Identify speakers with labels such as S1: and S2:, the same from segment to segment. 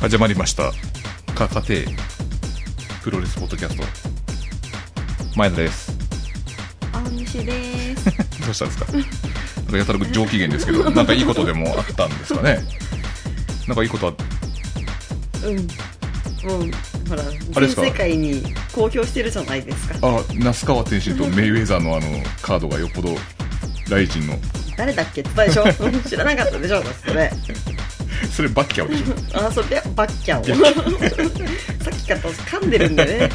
S1: 始まりました
S2: かかてプロレスポッドキャスト
S1: 前田です
S3: 青西です。
S1: どうしたんですかなんかやたら上機嫌ですけどなんかいいことでもあったんですかねなんかいいことは
S3: うん。もうほら
S1: あれですか
S3: 全世界に公表してるじゃないですか。
S1: あ那須川天心とメイウェザーのあのカードがよっぽどライジンの
S3: 誰だっけって言ったでしょ。知らなかったでしょ。それ。
S1: それバッキャオでしょ
S3: あそれバッキャを。 さっきから噛んでるんでね。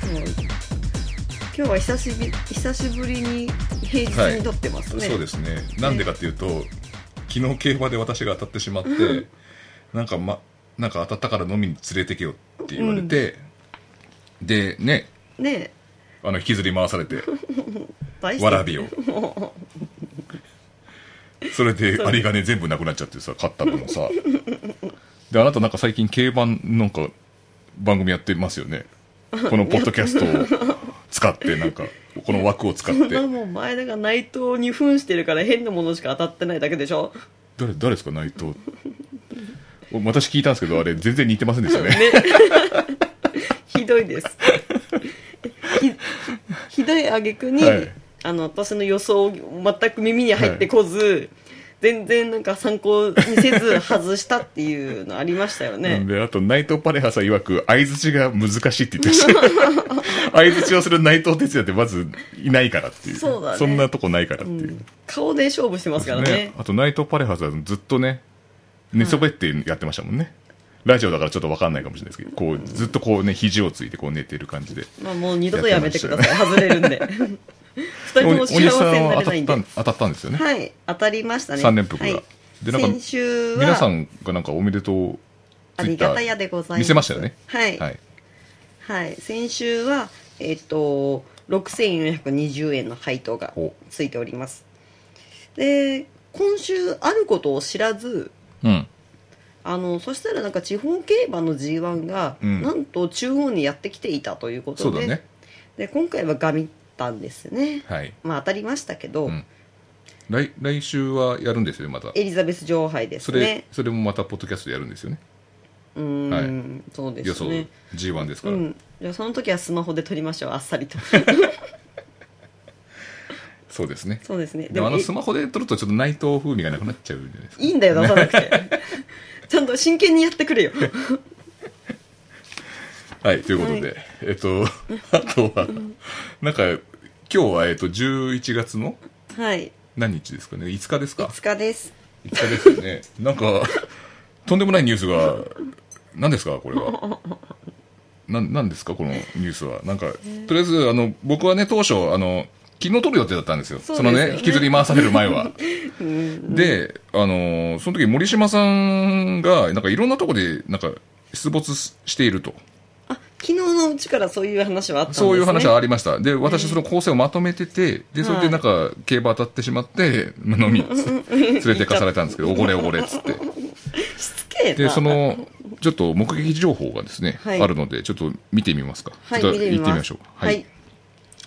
S3: そう。今日は久しぶり久しぶりに平日に撮ってますね。。
S2: そうですすねなんでかっていうと昨日競馬で私が当たってしまってなんか,、ま、なんか当たったから飲みに連れてけよって言われて、でね
S3: ね
S2: あの引きずり回されて
S3: え、大して
S2: わらびを
S3: も
S2: それでありがね全部なくなっちゃってさ買ったのもさであなたなんか最近競馬なんか番組やってますよねこのポッドキャストを使ってなんかこの枠を使っ
S3: う。そん
S2: て
S3: な もん前田が内藤に扮してるから変なものしか当たってないだけでしょ。
S2: 誰誰ですか内藤お私聞いたんですけどあれ全然似てませんでしたね
S3: ひどいです。 ひひどい挙句に、
S2: はい
S3: あの私の予想を全く耳に入ってこず、全然なんか参考にせず外したっていうのありましたよね。
S2: であと内藤パレハさん曰く相づちが難しいって言ってま した相づちをする内藤哲也ってまずいないからっていう
S3: そうだね
S2: んなとこないからっていう、
S3: 顔で勝負してますからね。
S2: ねあと内藤パレハさんずっとね寝そべってやってましたもんね、ラジオだからちょっと分かんないかもしれないですけどこうずっとこうね肘をついてこう寝てる感じで
S3: まあもう二度とやめてください。外れるんで。 二人と
S2: お
S3: も
S2: お
S3: 幸せ
S2: 兄さん
S3: にな
S2: は
S3: れな
S2: 当た
S3: い
S2: っ
S3: んで
S2: た。当たったんですよね、
S3: はい、当たりましたね。
S2: 三連複が
S3: はい、
S2: でなんか
S3: 先週は
S2: 皆さんがなんかおめでとう
S3: ありがたやでございます。
S2: 見せましたよね
S3: はい。
S2: はい
S3: はい、先週は、えっと6420円の配当が
S2: ほ
S3: ついておりますで今週あることを知らず
S2: うん
S3: あのそしたらなんか地方競馬の g 1が、
S2: うん
S3: なんと中央にやってきていたということ
S2: そう
S3: で
S2: だね
S3: で今回はガミったんですね、
S2: はい
S3: まあ当たりましたけど、
S2: うん来来週はやるんですよねまた
S3: エリザベス女王杯で
S2: そ
S3: す
S2: れ、
S3: ね
S2: それもまたポッドキャストでやるんですよね
S3: うーん、
S2: は
S3: そうで
S2: 予
S3: す
S2: 想
S3: ね
S2: G1 ですか
S3: う
S2: ら、
S3: んじゃあその時はスマホで撮りましょうあっさり と
S2: そうですね
S3: そうですね
S2: でもあのスマホで撮るとちょっと内藤風味がなくなっちゃうんじゃないですか
S3: いいんだよ 出さなくてちゃんと真剣にやってくれよ
S2: はいということで、えっと あとはなんか今日はえっと11月の
S3: はい
S2: 何日ですかね5日ですか
S3: 5日です
S2: 5日ですよね なんかとんでもないニュースが何ですかこれはな何ですかこのニュースはなんかとりあえずあの僕はね当初あの昨日撮る予定だったんですよ
S3: そう
S2: そ
S3: ですよ
S2: の
S3: ね
S2: ね引きずり回される前は
S3: うん
S2: であのーその時森島さんがなんかいろんなとこでなんか出没ししていると
S3: あ昨日のうちからそういう話はあったんです、ね、
S2: そういう話はありましたで私その構成をまとめててでそれ
S3: は
S2: で
S3: い
S2: なんか競馬当たってしまって飲みつ連れてかされたんですけどおごれおごれっつって
S3: しつけえな
S2: でそのちょっと目撃情報がですね、
S3: はい
S2: あるのでちょっと見てみますか、
S3: はい
S2: ちょっ
S3: 見
S2: と
S3: てみ
S2: 行ってみ
S3: ま
S2: ますしょうはい、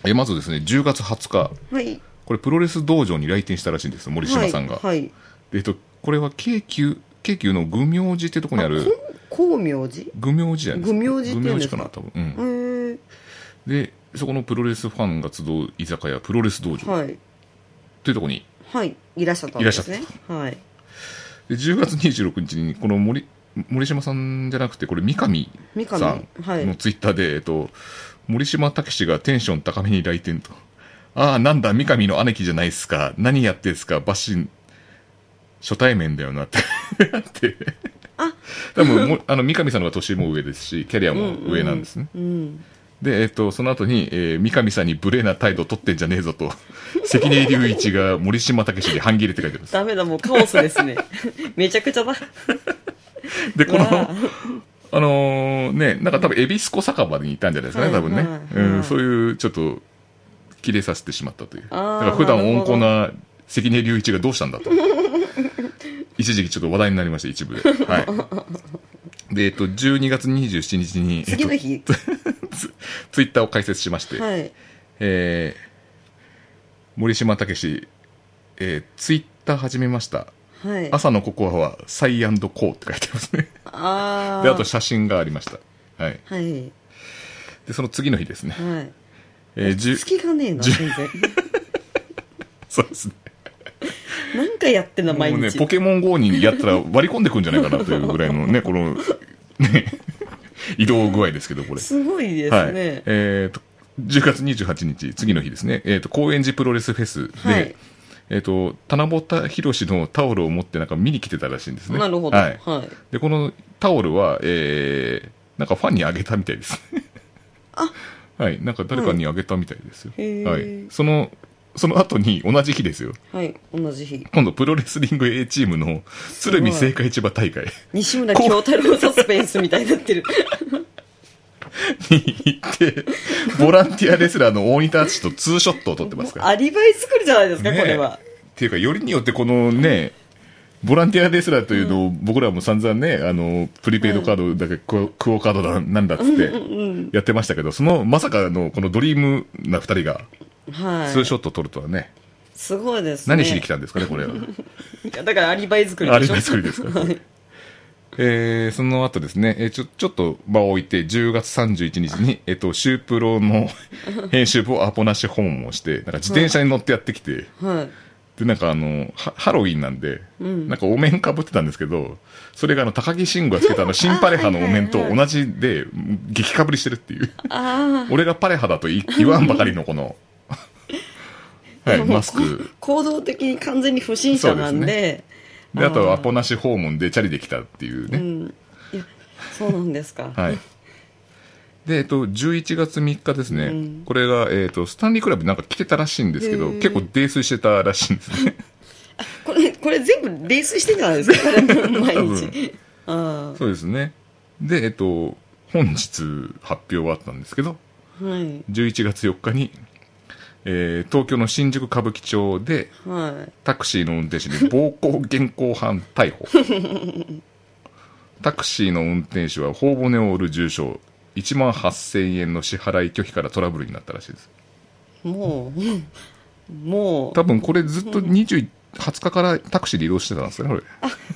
S2: えまずですね10月20日
S3: はい
S2: これプロレス道場に来店したらしいんです森島さんが、
S3: はい
S2: えっとこれは京急京急の愚明寺ってとこにあ
S3: はい
S2: る
S3: こん光明寺へ
S2: 愚明寺じゃないです
S3: 愚
S2: か
S3: 明寺って言うんですか
S2: 愚明寺かな多分、うん
S3: え
S2: でそこのプロレスファンが集う居酒屋プロレス道場、
S3: はい
S2: というとこに
S3: はいいらっしゃったんですね
S2: いらっ
S3: はい
S2: で10月26日にこの森森島さんじゃなくてこれ三上
S3: 三上
S2: さん
S3: はい
S2: のツイッターで、えっと、森島武史がテンション高めに来店と。ああ、なんだ、三上の姉貴じゃないっすか。何やってんすか、バシン、初対面だよなって。 って。
S3: あ
S2: 多分も、あの、三上さんの方が年も上ですし、キャリアも上なんですね。
S3: うん
S2: で、えっと、その後に、えー三上さんに無礼な態度取ってんじゃねえぞと、関根隆一が森島武史に半切れって書いてます。
S3: ダメだもうカオスですね めちゃくち ゃだ
S2: で、
S3: う
S2: こ
S3: わ
S2: の、あのーね、なんか多分、エビスコ酒場にいたんじゃないですかね、
S3: はい
S2: 多分ね。
S3: はいはい
S2: うん、そういう、ちょっと、切れさせてしまったという。だ
S3: あー
S2: から普段
S3: なる
S2: 温
S3: ほど
S2: 厚な関根隆一がどうしたんだと。一時期ちょっと話題になりました、一部で。はい。で、えっと、12月27日に、えっ
S3: 次
S2: と
S3: の、日
S2: ツイッターを開設しまして、
S3: はい
S2: えー森島武史、えーツイッター始めました。
S3: はい
S2: 朝のココアはサイコーって書いてますね。
S3: ああ。
S2: であと写真がありましたはい
S3: はい。
S2: でその次の日ですね、
S3: はい。
S2: えー、じゅ
S3: 隙がねえな、
S2: じゅ
S3: 全然。
S2: そうですね
S3: なんかやってんな、毎
S2: もうね
S3: 日。
S2: ポケモン GO にやったら割り込んでくんじゃないかなというぐらい のねこのね 移動具合ですけどこれ
S3: すごいです
S2: はい
S3: ね。
S2: えー、と10月28日次の日ですね、えー、と高円寺プロレスフェスで、
S3: はい
S2: えー、と棚ぼたひろしのタオルを持ってなんか見に来てたらしいんですね
S3: なるほど。
S2: は
S3: はい
S2: い、。でこのタオルは、えー、なんかファンにあげたみたいです
S3: あ
S2: はいなんか誰かにあげたみたいですよ、
S3: うんへー
S2: はい、そのその後に同じ日ですよ
S3: はい。同じ日。
S2: 今度プロレスリング A チームの鶴見青果市場大会
S3: 西村京太郎サスペンスみたいになってる。
S2: に行ってボランティアレスラーの大仁田淳とツーショットを撮ってますから
S3: アリバイ作るじゃないですか、
S2: ね
S3: これは。
S2: っていうかよりによってこのねボランティアレスラーというのを僕らも散々ね、あのプリペイドカードだけ、クオクオ・カードだなんだっつってやってましたけど、そのまさかのこのドリームな2人がツ
S3: は
S2: ー
S3: い。
S2: ショット撮るとはね、
S3: すごいですね。
S2: 何しに来たんですかねこれは
S3: いやだからアリバイ作りでしょ。
S2: あれ 作りですから、
S3: はい
S2: えーその後ですね、えーちょちょっと場を置いて10月31日に、えっとシュープロの 編集部をアポなし訪問をしてなんか自転車に乗ってやってきて、
S3: はい。
S2: でなんかあのハハロウィンなんで、なんかお面かぶってたんですけどそれがあの高木慎吾がつけたあ の新パレハのお面と同じで激かぶりしてるっていう
S3: あ
S2: 俺がパレハだと言い言わんばかりのこ の、
S3: あ。
S2: はい、
S3: もう
S2: マスク
S3: 行動的に完全に不審者なん
S2: そ
S3: で
S2: うで。であとアポなし訪問でチャリで来たっていうね、
S3: うん。いや、そうなんですか。
S2: はいでえっと、11月3日ですね、
S3: ん
S2: これが、えっと、スタンリークラブなんか来てたらしいんですけ
S3: へ
S2: ど
S3: ー
S2: 結構泥酔してたらしいんですね
S3: これ、これ全部泥酔してんじゃないです か、彼も毎日。あ
S2: そうですねで、えっと、本日発表はあったんですけど
S3: あ。はい。
S2: 11月4日に、えー東京の新宿歌舞伎町で
S3: はい。
S2: タクシーの運転手に暴行現行犯逮 捕タクシーの運転手は頬骨を折る重傷1万8000円の支払い拒否からトラブルになったらしいです
S3: もううん、も
S2: 多分これずっと20 20日からタクシーで移動してたんですかねこ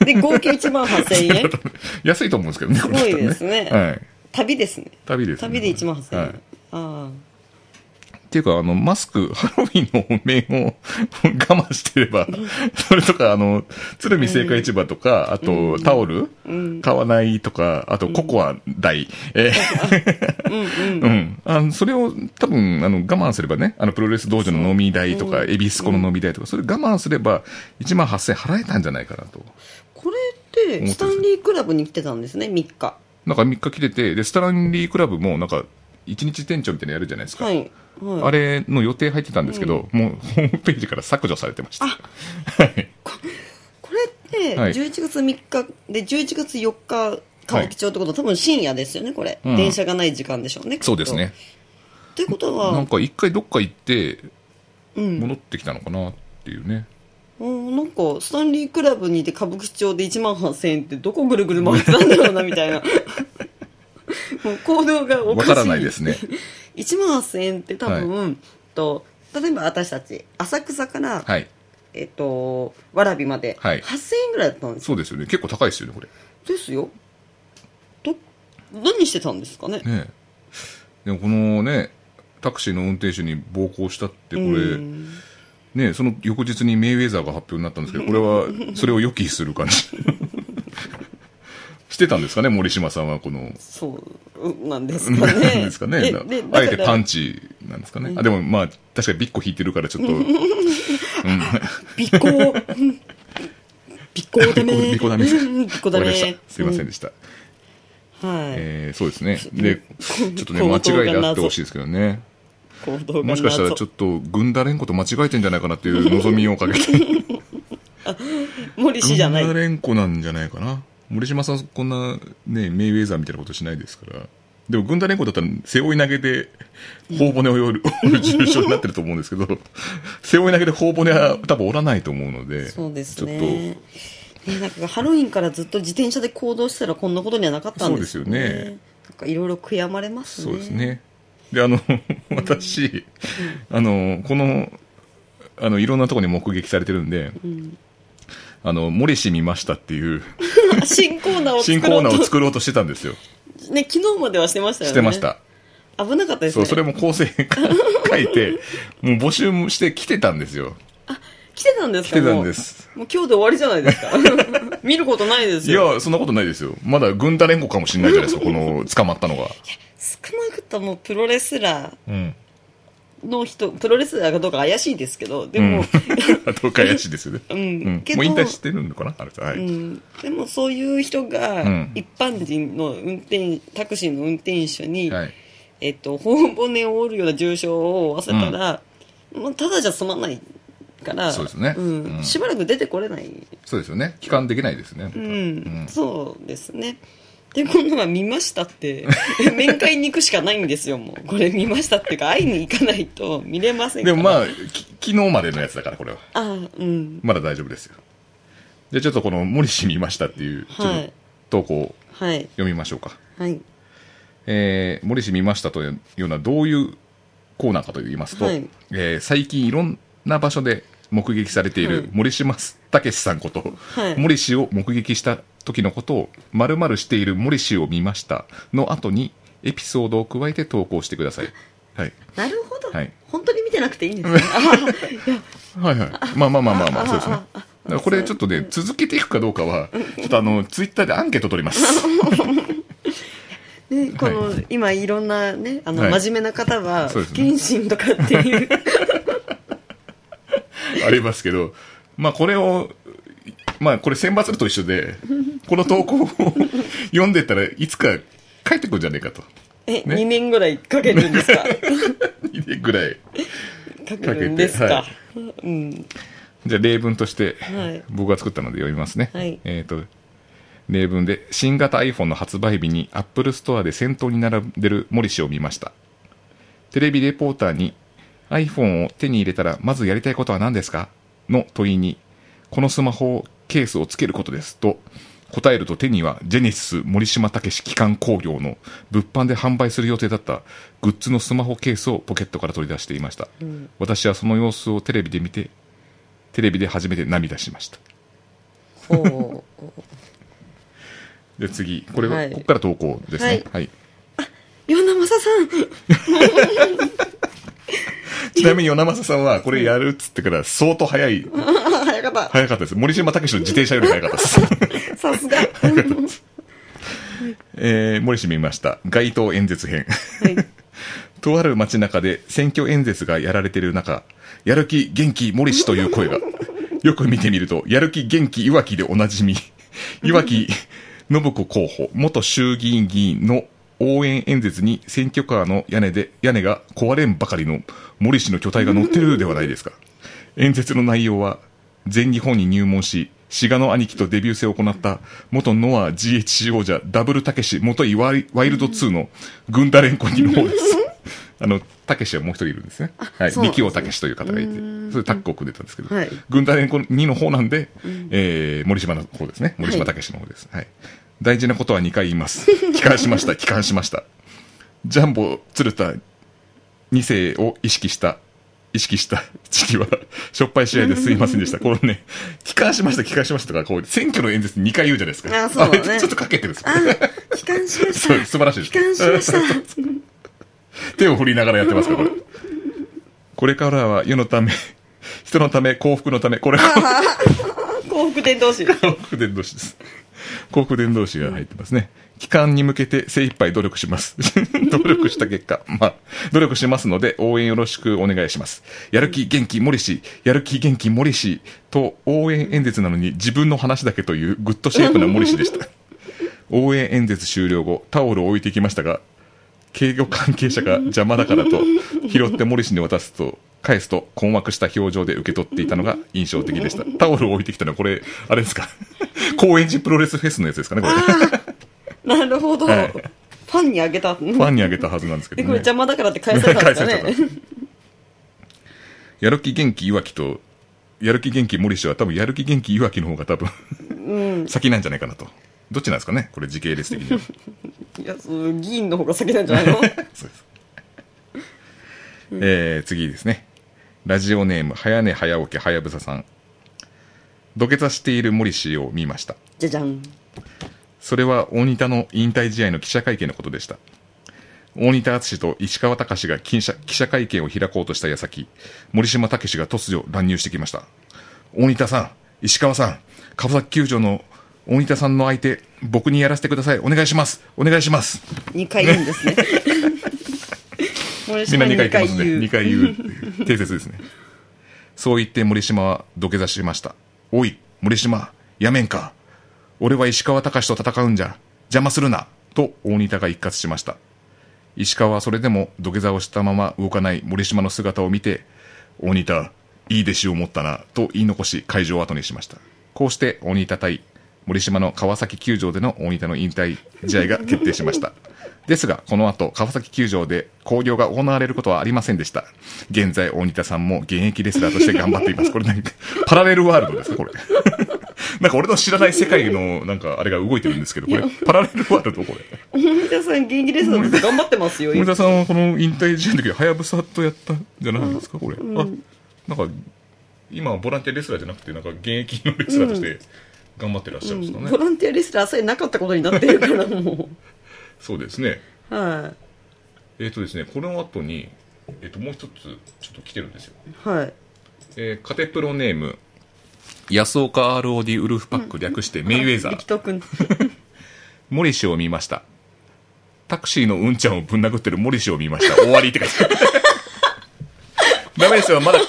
S2: れ
S3: う。で、合計1万8000円。
S2: 安いと思うんですけ どねこれ
S3: すごいですね
S2: はい、
S3: 旅ですね。
S2: 旅ですね、
S3: 旅で1万8000円。
S2: はい
S3: あ
S2: っていうか、あの、マスク、ハロウィンの面を 我慢してれば、それとか、あの、鶴見青果市場とか、あと、タオル、買わないとか、あと、ココア代、えー うん。あの、それを多分、あの、我慢すればね、あの、プロレス道場の飲み代とか、エビスコの飲み代とか、それ我慢すれば、1万8000円払えたんじゃないかなと。
S3: あ。これっ
S2: 思ってるんで
S3: て、
S2: す
S3: スタンリークラブに来てたんですね、3日。
S2: なんか3日切れて、で、スタンリークラブも、なんか、1日店長みたいなのやるじゃないですか。
S3: はい。はい、
S2: あれの予定入ってたんですけど、もうホームページから削除されてました。
S3: これって、
S2: はい
S3: 11月3日で、11月4日、歌舞伎町ってことは、多分深夜ですよね、これ、
S2: うん
S3: 電車がない時間でしょうね。きっと
S2: そうですね。。
S3: ということ
S2: な
S3: は
S2: ん、か一回どっか行って
S3: うん。
S2: 戻ってきたのかなっていうね。
S3: うんなんか、スタンリークラブにいて歌舞伎町で1万8000円ってどこぐるぐる回ってたんだろうな、みたいな。 もう行動がお
S2: わ
S3: かしい。
S2: からないです ね。
S3: 1万8000円って多分、と例えば私たち浅草から、
S2: はい。
S3: えっと蕨まで、
S2: はい
S3: 8000円ぐらいだったんです
S2: そうですよね。結構高いですよね、これ。
S3: ですよど何してたんですかね
S2: ねえでもこのね、タクシーの運転手に暴行したって、これ、
S3: うん
S2: ねえその翌日にメイウェザーが発表になったんですけど、これは、それを予期する感じ。 してたんですかね、森島さんは、この、
S3: そうなんです
S2: な
S3: か
S2: ん
S3: ね
S2: ですかね。
S3: え
S2: な
S3: で
S2: あえて
S3: だから
S2: パンチなんですかね。あでもまあ、確かにビッコ引いてるから、ちょっと、
S3: 尾行うん尾行だね
S2: ビッコダメです。
S3: うん尾行だ
S2: わかりま
S3: ね
S2: した。すいません
S3: う
S2: でした。
S3: んはい、
S2: えーそうですね。で、ち ょっとね、
S3: 行動が
S2: 間
S3: 謎
S2: 違いであってほしいですけどね。
S3: 行動が
S2: もしかしたら
S3: 謎
S2: ちょっと、軍ダ連呼と間違えてんじゃないかなっていう望みをかけて。
S3: 森氏
S2: 軍
S3: じゃない
S2: ダ連呼なんじゃないかな。森島さん、こんな、ね、メイウェザーみたいなことしないですから。でも、軍ダ連呼だったら、背負い投げで、頬骨を 折る、折る重傷になってると思うんですけど、背負い投げで頬骨は多分折らないと思うので、
S3: そうです
S2: ちょっと
S3: ね。ね、なんかハロウィンからずっと自転車で行動してたらこんなことにはなかったんです
S2: そうですよね。
S3: なんかいろいろ悔やまれますね。
S2: そうです。ね。で、あの、 私、あの、この、あの、いろんなところに目撃されてるんで、あの、モリシ見ましたって いう、
S3: 新コーナーを作ろ
S2: 新
S3: う
S2: コ
S3: と
S2: ーナーを作ろうとしてたんですよ。
S3: ね、昨日まではしてましたよね。
S2: してました。。
S3: 危なかったです
S2: そ
S3: ね。
S2: う、それも構成書 いて、もう募集もして来てたんですよ。
S3: 来てたんですか
S2: 来てたんです。
S3: もうもう今日で終わりじゃないですか。 見ることないです
S2: い
S3: よ。
S2: や、そんなことないですよ。まだ軍隊連合かもしれないじゃないですか、この、捕まったのが。
S3: 少なくともプロレスラー
S2: うん。
S3: の人、プロレスラーかどうか怪しいですけど、で も、
S2: どうか怪しいですよね。
S3: うん、
S2: うん。
S3: けど
S2: もう引退してるのかなあれは
S3: う
S2: い。
S3: ん、でもそういう人が
S2: うん
S3: 一般人の運転タクシーの運転手に、
S2: はい。
S3: えっと、頬骨を折るような重傷を負わせたら、もうただじゃ済まないから
S2: そうですね
S3: うん
S2: うん
S3: しばらく出てこれない、
S2: そうですよね。帰還できないですね。
S3: うん
S2: ん
S3: そうですねで今度は見ましたって 面会に行くしかないんですよもうこれ見ましたっていうか会いに行かないと見れませんから
S2: でもまあ、き昨日までのやつだから、これは。
S3: ああうん
S2: まだ大丈夫ですよ。じゃあちょっとこの、森氏見ましたっていう、ちょ
S3: は
S2: っ
S3: い
S2: と投稿を
S3: はい
S2: 読みましょうか。
S3: はい
S2: えー、森氏見ましたというようなどういうコーナーかと言いますと、
S3: はい
S2: えー最近いろんな場所で目撃されてい
S3: はい
S2: る森島武さんこと、
S3: はい
S2: 森氏を目撃した時のことを〇〇している森氏を見ましたの後にエピソードを加えて投稿してく ださい。はい。
S3: なるほど、
S2: はい
S3: 本当に見てなくていいんですねあ
S2: はいはい。まあ まあまあまあまあ、
S3: あ
S2: そうですね
S3: あ。
S2: だからこれちょっとね、続けていくかどうかは、ちょっとあの、ツイッターでアンケート取ります。
S3: ね、この、今いろんなねあの、
S2: はい
S3: 真面目な方は
S2: そうで
S3: 不
S2: すね
S3: 謹慎とかって いう
S2: ありますけど、まあこれを、まあこれ選抜と一緒で、この投稿を 読んでたらいつか帰ってくるんじゃねえかと。
S3: え、
S2: ね
S3: 2年ぐらいかけるんです か
S2: 2年ぐらい。
S3: かけるんですか
S2: か
S3: うん
S2: じゃあ例文として
S3: はい、
S2: 僕が作ったので読みますね。
S3: はい
S2: えっ、と、例文で、新型 iPhone の発売日に Apple ストアで先頭に並んでる森氏を見ました。テレビレポーターに iPhone を手に入れたらまずやりたいことは何ですかの問いに、このスマホをケースをつけることですと、答えると手にはジェネシス森島武史機関工業の物販で販売する予定だったグッズのスマホケースをポケットから取り出していました。私はその様子をテレビで見て、テレビで初めて涙しました。
S3: ほ う
S2: で、次。これは、
S3: はい
S2: ここから投稿ですね。
S3: は
S2: はいい。
S3: 与那正さん
S2: ちなみに、与那正さんは、これやるっつってから、相当早い、
S3: あ早かっ
S2: 早かったです。森島武史の自転車より早かったです。
S3: たさすがは
S2: 早かったです。えー、森氏見ました。街頭演説編。
S3: い
S2: とある街中で選挙演説がやられている中、やる気、元気、森氏という声が。 よく見てみると、やる気、元気、いわきでおなじみ、いわき信子候補、元衆議院議員の応援演説に選挙カーの屋根で、屋根が壊れんばかりの森氏の巨体が乗ってるではないですか。演説の内容は、全日本に入門し、志賀の兄貴とデビュー戦を行った、元ノア GHC 王者、ダブルたけし、元井ワイワイルド2の軍ダレンコニの 方です。あの、たけしはもう一人いるんですね。はい。
S3: そうなんですね
S2: 三木尾たけしという方がいて、それタッグを組んでたんですけど、
S3: はい
S2: 軍団連合2の方なんで、えー森島の方ですね。森島たけしの方です。はい。大事なことは2回言います。 帰還しました、帰還しました。ジャンボ鶴田2世を意識した、意識した時期は、しょっぱい試合ですいませんでした。このね、帰還しました、帰還しましたとか、こう、選挙の演説に2回言うじゃないですか。
S3: あそうだね
S2: れちょっとかけてるんですよ
S3: あ帰還しまし
S2: そう
S3: た
S2: 素晴らしいです
S3: 帰還しました
S2: 手を振りながらやってますから、これ。これからは世のため、人のため、幸福のため、これが
S3: 幸福伝道師
S2: 幸福伝道師です。幸福伝道師が入ってますね。期間に向けて精一杯努力します。 努力した結果、まあ、努力しますので応援よろしくお願いします。やる気元気森氏、やる気元気森氏と応援演説なのに自分の話だけというグッドシェイプな森氏でした。応援演説終了後、タオルを置いてきましたが、警護関係者が邪魔だから と、拾って森氏に渡すと、返すと困惑した表情で受け取っていたのが印象的でした。タオルを置いてきたのは、これ、あれですか 高円寺プロレスフェスのやつですかね、 これ。
S3: なるほど、
S2: はい
S3: ファンにあげたフ
S2: ファンにあげたはずなんですけ
S3: で
S2: ど
S3: これ
S2: ね。
S3: 邪魔だからって返されたんですか
S2: 返
S3: ね
S2: されたやる気元気いわきと、やる気元気森氏は多分やる気元気いわきの方が多分、 先なんじゃないかなと。どっちなんですかねこれ時系列的には。
S3: いやそう議員の方が先なんじゃないの
S2: そうです。えー、次ですね。ラジオネーム、早寝早起きはやぶささん。土下座している森氏を見ました
S3: じゃじゃん。
S2: それは大仁田の引退試合の記者会見のことでした。大仁田敦と石川隆が記者記者会見を開こうとした矢先、森島武が突如乱入してきました。大仁田さん、石川さん、川崎球場の大仁田さんの相手、僕にやらせてください。お願いします。お願いします。
S3: 2回言うんですね。森
S2: みん
S3: 島
S2: な2
S3: 二
S2: 回言ってますね。
S3: 言う
S2: 2回言う。定説ですね。そう言って森島は土下座しました。おい、森島、やめんか。俺は石川隆と戦うんじゃ。邪魔するな。と大仁田が一喝しました。石川はそれでも土下座をしたまま動かない森島の姿を見て、大仁田、いい弟子を持ったな、と言い残し会場を後にしました。こうして大仁田対森島の川崎球場での大仁田の引退試合が決定しました。ですが、この後、川崎球場で興行が行われることはありませんでした。現在、大仁田さんも現役レスラーとして頑張っています。これなんか、パラレルワールドですか、これ。 なんか俺の知らない世界の、なんかあれが動いてるんですけど、これ、パラレルワールド、これ。
S3: 森田さん、元気ですので頑張ってますよ、
S2: 森
S3: 今
S2: 田さんはこの引退試合の時はやぶさとやったんじゃないですかこれ、あなんか今はボランティアレスラーじゃなくてなんか現役のレスラーとして頑張ってらっしゃるんですかね、
S3: ボランティアレスラーさえなかったことになってるから、も
S2: そうですね
S3: う。は
S2: えっ、とですねこの後にえっ、ともう一つちょっと来てるんですよ、
S3: い。はい。
S2: えーカテプロネーム安岡 ROD ウルフパック略してメイウェザー
S3: 力斗くん。
S2: モリシを見ましたタクシーのうんちゃんをぶん殴ってるモリシを見ました終わりって書いてあるダメですよまだ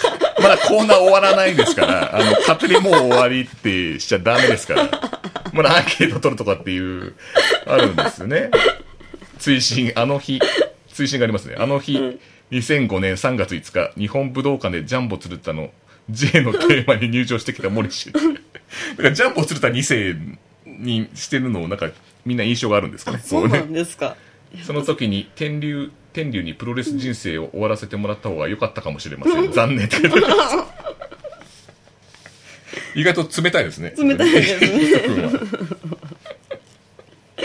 S2: まだコーナー終わらないですからあの勝手にもう終わりってしちゃダメですからまだアンケート取るとかっていうあるんですよね追伸あの日追伸がありますねあの日、2005年3月5日日本武道館でジャンボ鶴田の J のテーマに入場してきた森氏だからジャンボ鶴田2世にしてるのをなんかみんな印象があるんですかね
S3: そう
S2: こ
S3: な
S2: ね
S3: んですか。
S2: その時に天竜天竜にプロレス人生を終わらせてもらった方が良かったかもしれません残念って 書いてあります意外と冷たいですね
S3: 冷たいですね。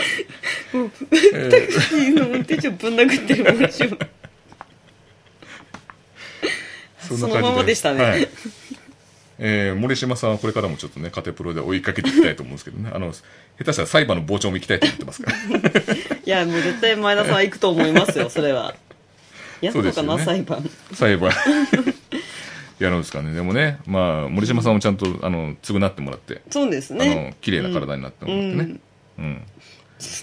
S3: タクシーの運転手をぶん殴ってる森島。
S2: そ
S3: そのままでしたね
S2: はいえー森島さんはこれからもちょっとね、カテプロで追いかけていきたいと思うんですけどね、あの、下手したら裁判の傍聴も行きたいと思って ますから。
S3: いや、もう絶対前田さんは行くと思いますよ、それは。やっ
S2: そう
S3: と
S2: で
S3: か
S2: す
S3: な、
S2: よね
S3: 裁判。
S2: 裁判やるんですかね。でもね、まあ、森島さんもちゃんと、あの、償ってもらって、
S3: そうです
S2: あの
S3: ね。、
S2: 綺麗な体になってもらってね、う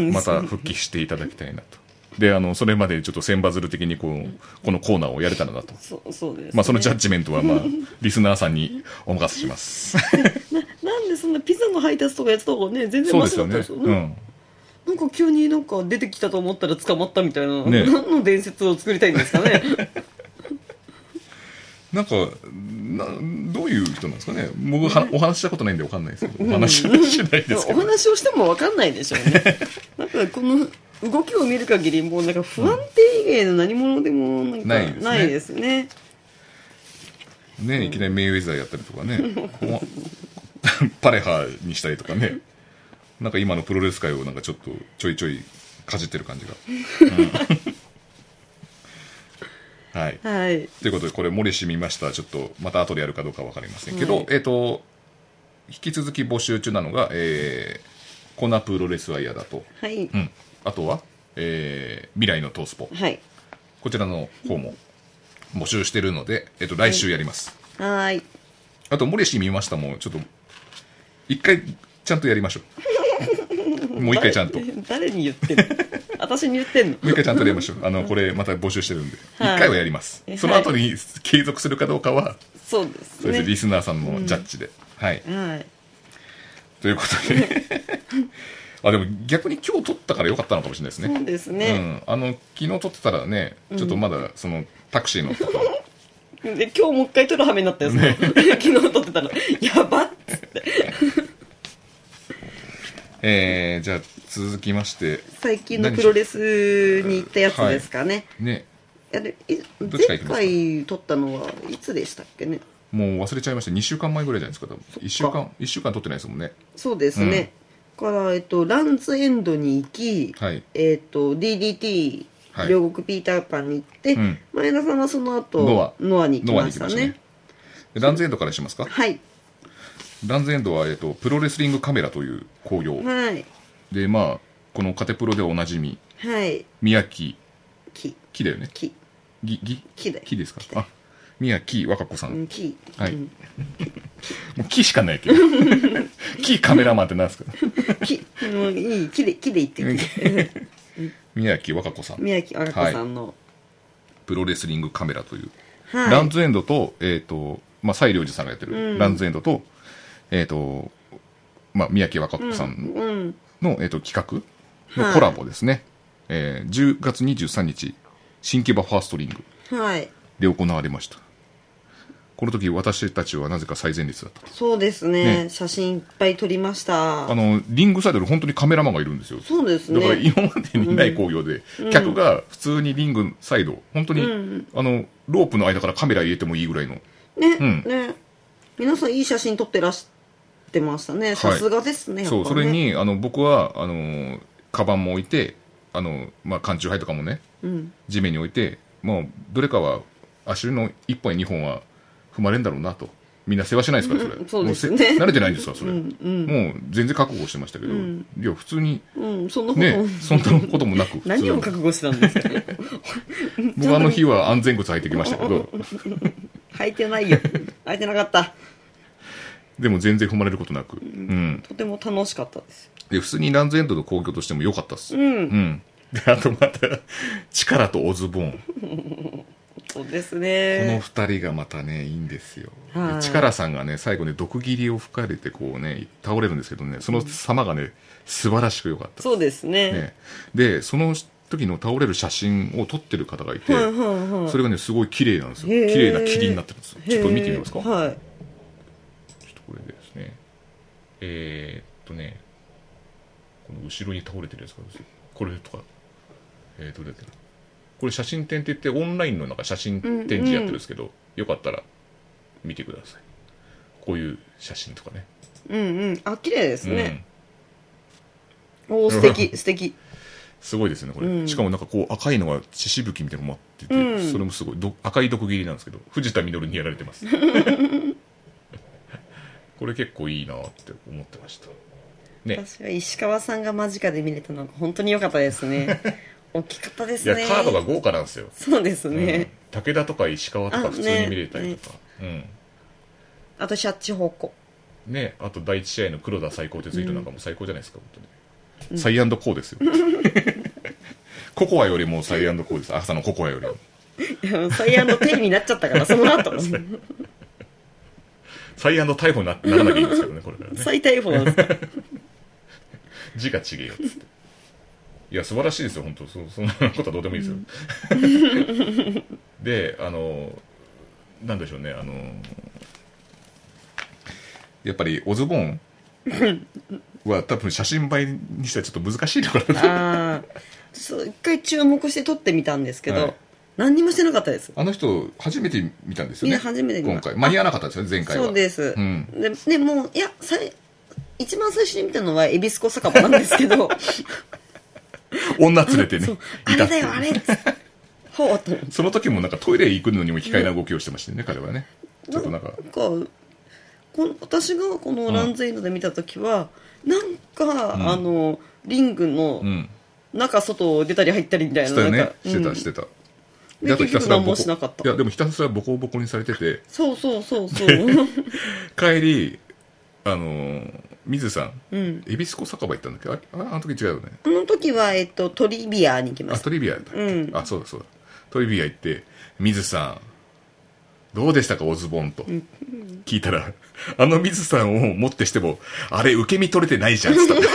S2: ん。また復帰していただきたいなと。で、あの、それまでちょっと千羽鶴的にこう、このコーナーをやれたらなと。
S3: そうそうです、ね。
S2: まあ、そのジャッジメントは、まあ、リスナーさんにお任せします。
S3: なんでそんなピザの配達とかやってた方がね、全然
S2: そう
S3: マ
S2: で
S3: シ
S2: す
S3: だ
S2: よ
S3: ったで
S2: ね
S3: し。ょ。
S2: う
S3: なん
S2: ん。
S3: なんか急になんか出てきたと思ったら捕まったみたいな、
S2: ね
S3: 何の伝説を作りたいんですかね。
S2: なんかな、どういう人なんですかね、僕は、お話ししたことないんでわかんないですけど、お話ししない ですけ
S3: お
S2: ど、
S3: 話をしても分かんないでしょう ね。なんかこの動きを見る限り、もうなんか不安定以外の何者でもなんか
S2: ないですね
S3: ないですね。
S2: ね、いきなりメイウェザーやったり とかね、こうパレハにしたりとかね、なんか今のプロレス界をなんかちょっとちょいちょいかじってる感じが。うんはい、
S3: はい。
S2: ということで、これ、森氏見ました。ちょっと、また後でやるかどうかわかりませんけど、
S3: はい
S2: えっ、と、引き続き募集中なのが、えー、こんなプロレスは嫌だと。
S3: はい。
S2: うん、あとは、えー未来のトースポ
S3: はい。
S2: こちらの方も募集してるので、えっと、来週やります、
S3: はーい。
S2: あと「モレシー見ました」もちょっと一回ちゃんとやりましょ うもう一回ちゃんともう
S3: 誰誰に言って んの私に言ってんの
S2: 一回ちゃんとやりましょうあのこれまた募集してるんで一、
S3: はい
S2: 回はやります
S3: はい
S2: その後に継続するかどうかは
S3: そうです
S2: それ
S3: ね
S2: でリスナーさんのジャッジで、はい
S3: はい
S2: ということで あでも逆に今日撮ったからよかったのかもしれないですね
S3: そうですね、
S2: うん、あの昨日撮ってたらねちょっとまだそのタクシー のとこ
S3: で今日もう一回撮る羽目になったやつ、ね、 昨日撮ってたら「やばっ!」つって
S2: えー、じゃあ続きまして
S3: 最近のプロレスに行ったやつですかね、
S2: ね
S3: あれい
S2: っちか
S3: 前
S2: 行きますか
S3: 回撮ったのはいつでしたっけね
S2: もう忘れちゃいました2週間前ぐらいじゃないですか多分1週間一週間撮ってないですもんね
S3: そうですね、から、えっと、ランズエンドに行き、
S2: はい
S3: えっと DDT
S2: はい
S3: 両国ピーターパンに行って、
S2: うん
S3: 前田さんはその後
S2: ノア
S3: ノアに行きました
S2: ノアに行
S3: ね
S2: きましランズエンドからしますか
S3: はい
S2: ランズエンドは、えっと、プロレスリングカメラという工業。
S3: はい
S2: で、まあ、このカテプロでおなじみ、
S3: はい
S2: 宮城、
S3: 木
S2: 木だよね。
S3: 木
S2: ぎ、ぎ、
S3: 木だよ
S2: 木ですか
S3: 木だよ
S2: あ、宮城和歌子さん。
S3: うん木
S2: はい
S3: うん
S2: もう木しかないけど。 木カメラマンってなんですか
S3: 木もういい木で木で言ってくれ
S2: 宮城和歌子さん。
S3: 宮城和子さんの
S2: プロレスリングカメラという。
S3: はい
S2: ランズエンドと、えっ、と、まあ、西良寺さんがやってる、
S3: うん
S2: ランズエンドと、えっ、と、まあ、宮城和歌子さん
S3: うん
S2: の、えっ、と、企画
S3: は
S2: の
S3: い
S2: コラボですね。えー10月23日、新木場ファーストリング
S3: うんはい
S2: で行われました。この時、私たちはなぜか最前列だった。
S3: そうですね
S2: ね
S3: 写真いっぱい撮りました
S2: あの、リングサイドで本当にカメラマンがいるんですよ。
S3: そうです
S2: だから
S3: ね
S2: 今までにない興行で、客が普通にリングサイド、本当に、
S3: うん
S2: あの、ロープの間からカメラ入れてもいいぐらいの、
S3: ね
S2: うん
S3: ね皆さんいい写真撮ってらしてましたねさすがですね
S2: そう、
S3: やっ
S2: そ
S3: ぱね
S2: れに、あの、僕は、あの、カバンも置いて、あの、まあ、缶中杯とかもね、
S3: うん
S2: 地面に置いて、もう、どれかは、足の1本や2本は踏まれるんだろうなと。みんな世話しないですから、それ。
S3: うんそうですね
S2: もせ慣れてないんですから、それ。
S3: うんうん
S2: もう、全然覚悟してましたけど、
S3: ん
S2: いや、普通に、
S3: うんそんなこと
S2: ね、そんなこともな く、
S3: 何を
S2: 普通に
S3: 覚悟してたんですかね
S2: 僕あの日は安全靴履いてきましたけど、
S3: 履いてないよ履いてなかった
S2: でも全然踏まれることなく。うん。
S3: とても楽しかったです
S2: で、普通にランズエンドの興行としても良かったっす。
S3: うん、
S2: うん。で、あとまた、力とオズボーン。
S3: そうです
S2: この
S3: ね
S2: 二人がまたね、いいんですよ。
S3: はい
S2: でチカラさんがね、最後ね、毒斬りを吹かれて、こうね、倒れるんですけどね、その様がね、素晴らしく良かった。
S3: そうですね
S2: ね、で、その時の倒れる写真を撮ってる方がいて、
S3: はいはいはい
S2: それがね、すごい綺麗なんですよ。
S3: へー
S2: 綺麗な霧になってるんですよ。ちょっと見てみますか。
S3: へーはい
S2: ちょっとこれですね。えー、っとね、この後ろに倒れてるやつがあるんですよ。これとか、えー、どれだっけな。これ写真展って言って、オンラインのなんか写真展示やってるんですけど、よかったら見てください。こういう写真とかね。
S3: うんうんあ綺麗ですね、
S2: うん
S3: おお素敵 素敵
S2: すごいですね、これ、
S3: うん
S2: しかもなんかこう赤いのが血しぶきみたいなのもあってて、
S3: うん
S2: それもすごい。ど赤い毒斬りなんですけど、藤田実にやられ てます。これ結構いいなって思ってました。ね。
S3: 私は石川さんが間近で見れたのが本当に良かったです ね大きかったで
S2: い
S3: す
S2: や、
S3: ね
S2: カードが豪華なんですよ。
S3: そうです
S2: う
S3: ね
S2: ん、武田とか石川と
S3: あ
S2: か普通に見れたりとか
S3: あとシャッチ方向
S2: うん、ねあと第一試合の黒田最高鉄ヒロなんかも最高じゃないですか、本当にサイアンドコーですよ ココアよりもサイアンドコーです朝のココアより も
S3: いやサイアンの手になっちゃったからその 後
S2: サイアンド逮捕になならなきゃいいんですけどねこれからね
S3: 最逮捕なんですか
S2: 字がちげえよっつっていや素晴らしいですよ本当そそんなことはどうでもいいですよ、 であのなんでしょうねあのやっぱりオズボーンは多分写真映えにしてはちょっと難しいのかなと
S3: ああそう一回注目して撮ってみたんですけど、
S2: はい
S3: 何にもしてなかったです
S2: あの人初めて見たんですよ
S3: い
S2: ね
S3: や初めて見
S2: 今
S3: ました
S2: 回間に合わなかったんですよね前回は
S3: そうです、
S2: うん
S3: ででもういやさい一番最初に見たのはエビスコ酒場なんですけど
S2: 女連れてね
S3: そうあ
S2: い
S3: れ
S2: たって
S3: だ
S2: いう
S3: よあれっつってほうと 思って
S2: その時もなんかトイレ行くのにも機械な動きをしてましたよね、彼はねちょっとなんか
S3: なんかこの私がこのランズエンドで見た時は、なんか、あのリングの
S2: うん
S3: 中外を出たり入ったりみたいな
S2: したよ
S3: なん
S2: ね
S3: か
S2: して
S3: う
S2: た
S3: ん
S2: してた、
S3: で
S2: であとひ
S3: 結局
S2: たすら
S3: 何
S2: ボ
S3: も
S2: コ
S3: しなかった
S2: いやでもひたすらボコボコにされてて
S3: そうそうそうそう
S2: 帰りあのー水さん
S3: うん
S2: 恵比寿小酒場行ったんだっけどあれああの時違うよね
S3: あの時は、えっと、トリビアに行きま
S2: あ
S3: した
S2: トリビアだっけ、
S3: うん
S2: あそうだそうだトリビア行って水さんどうでしたかおズボンと聞いたらあの水さんをもってしてもあれ受け身取れてないじゃんっつった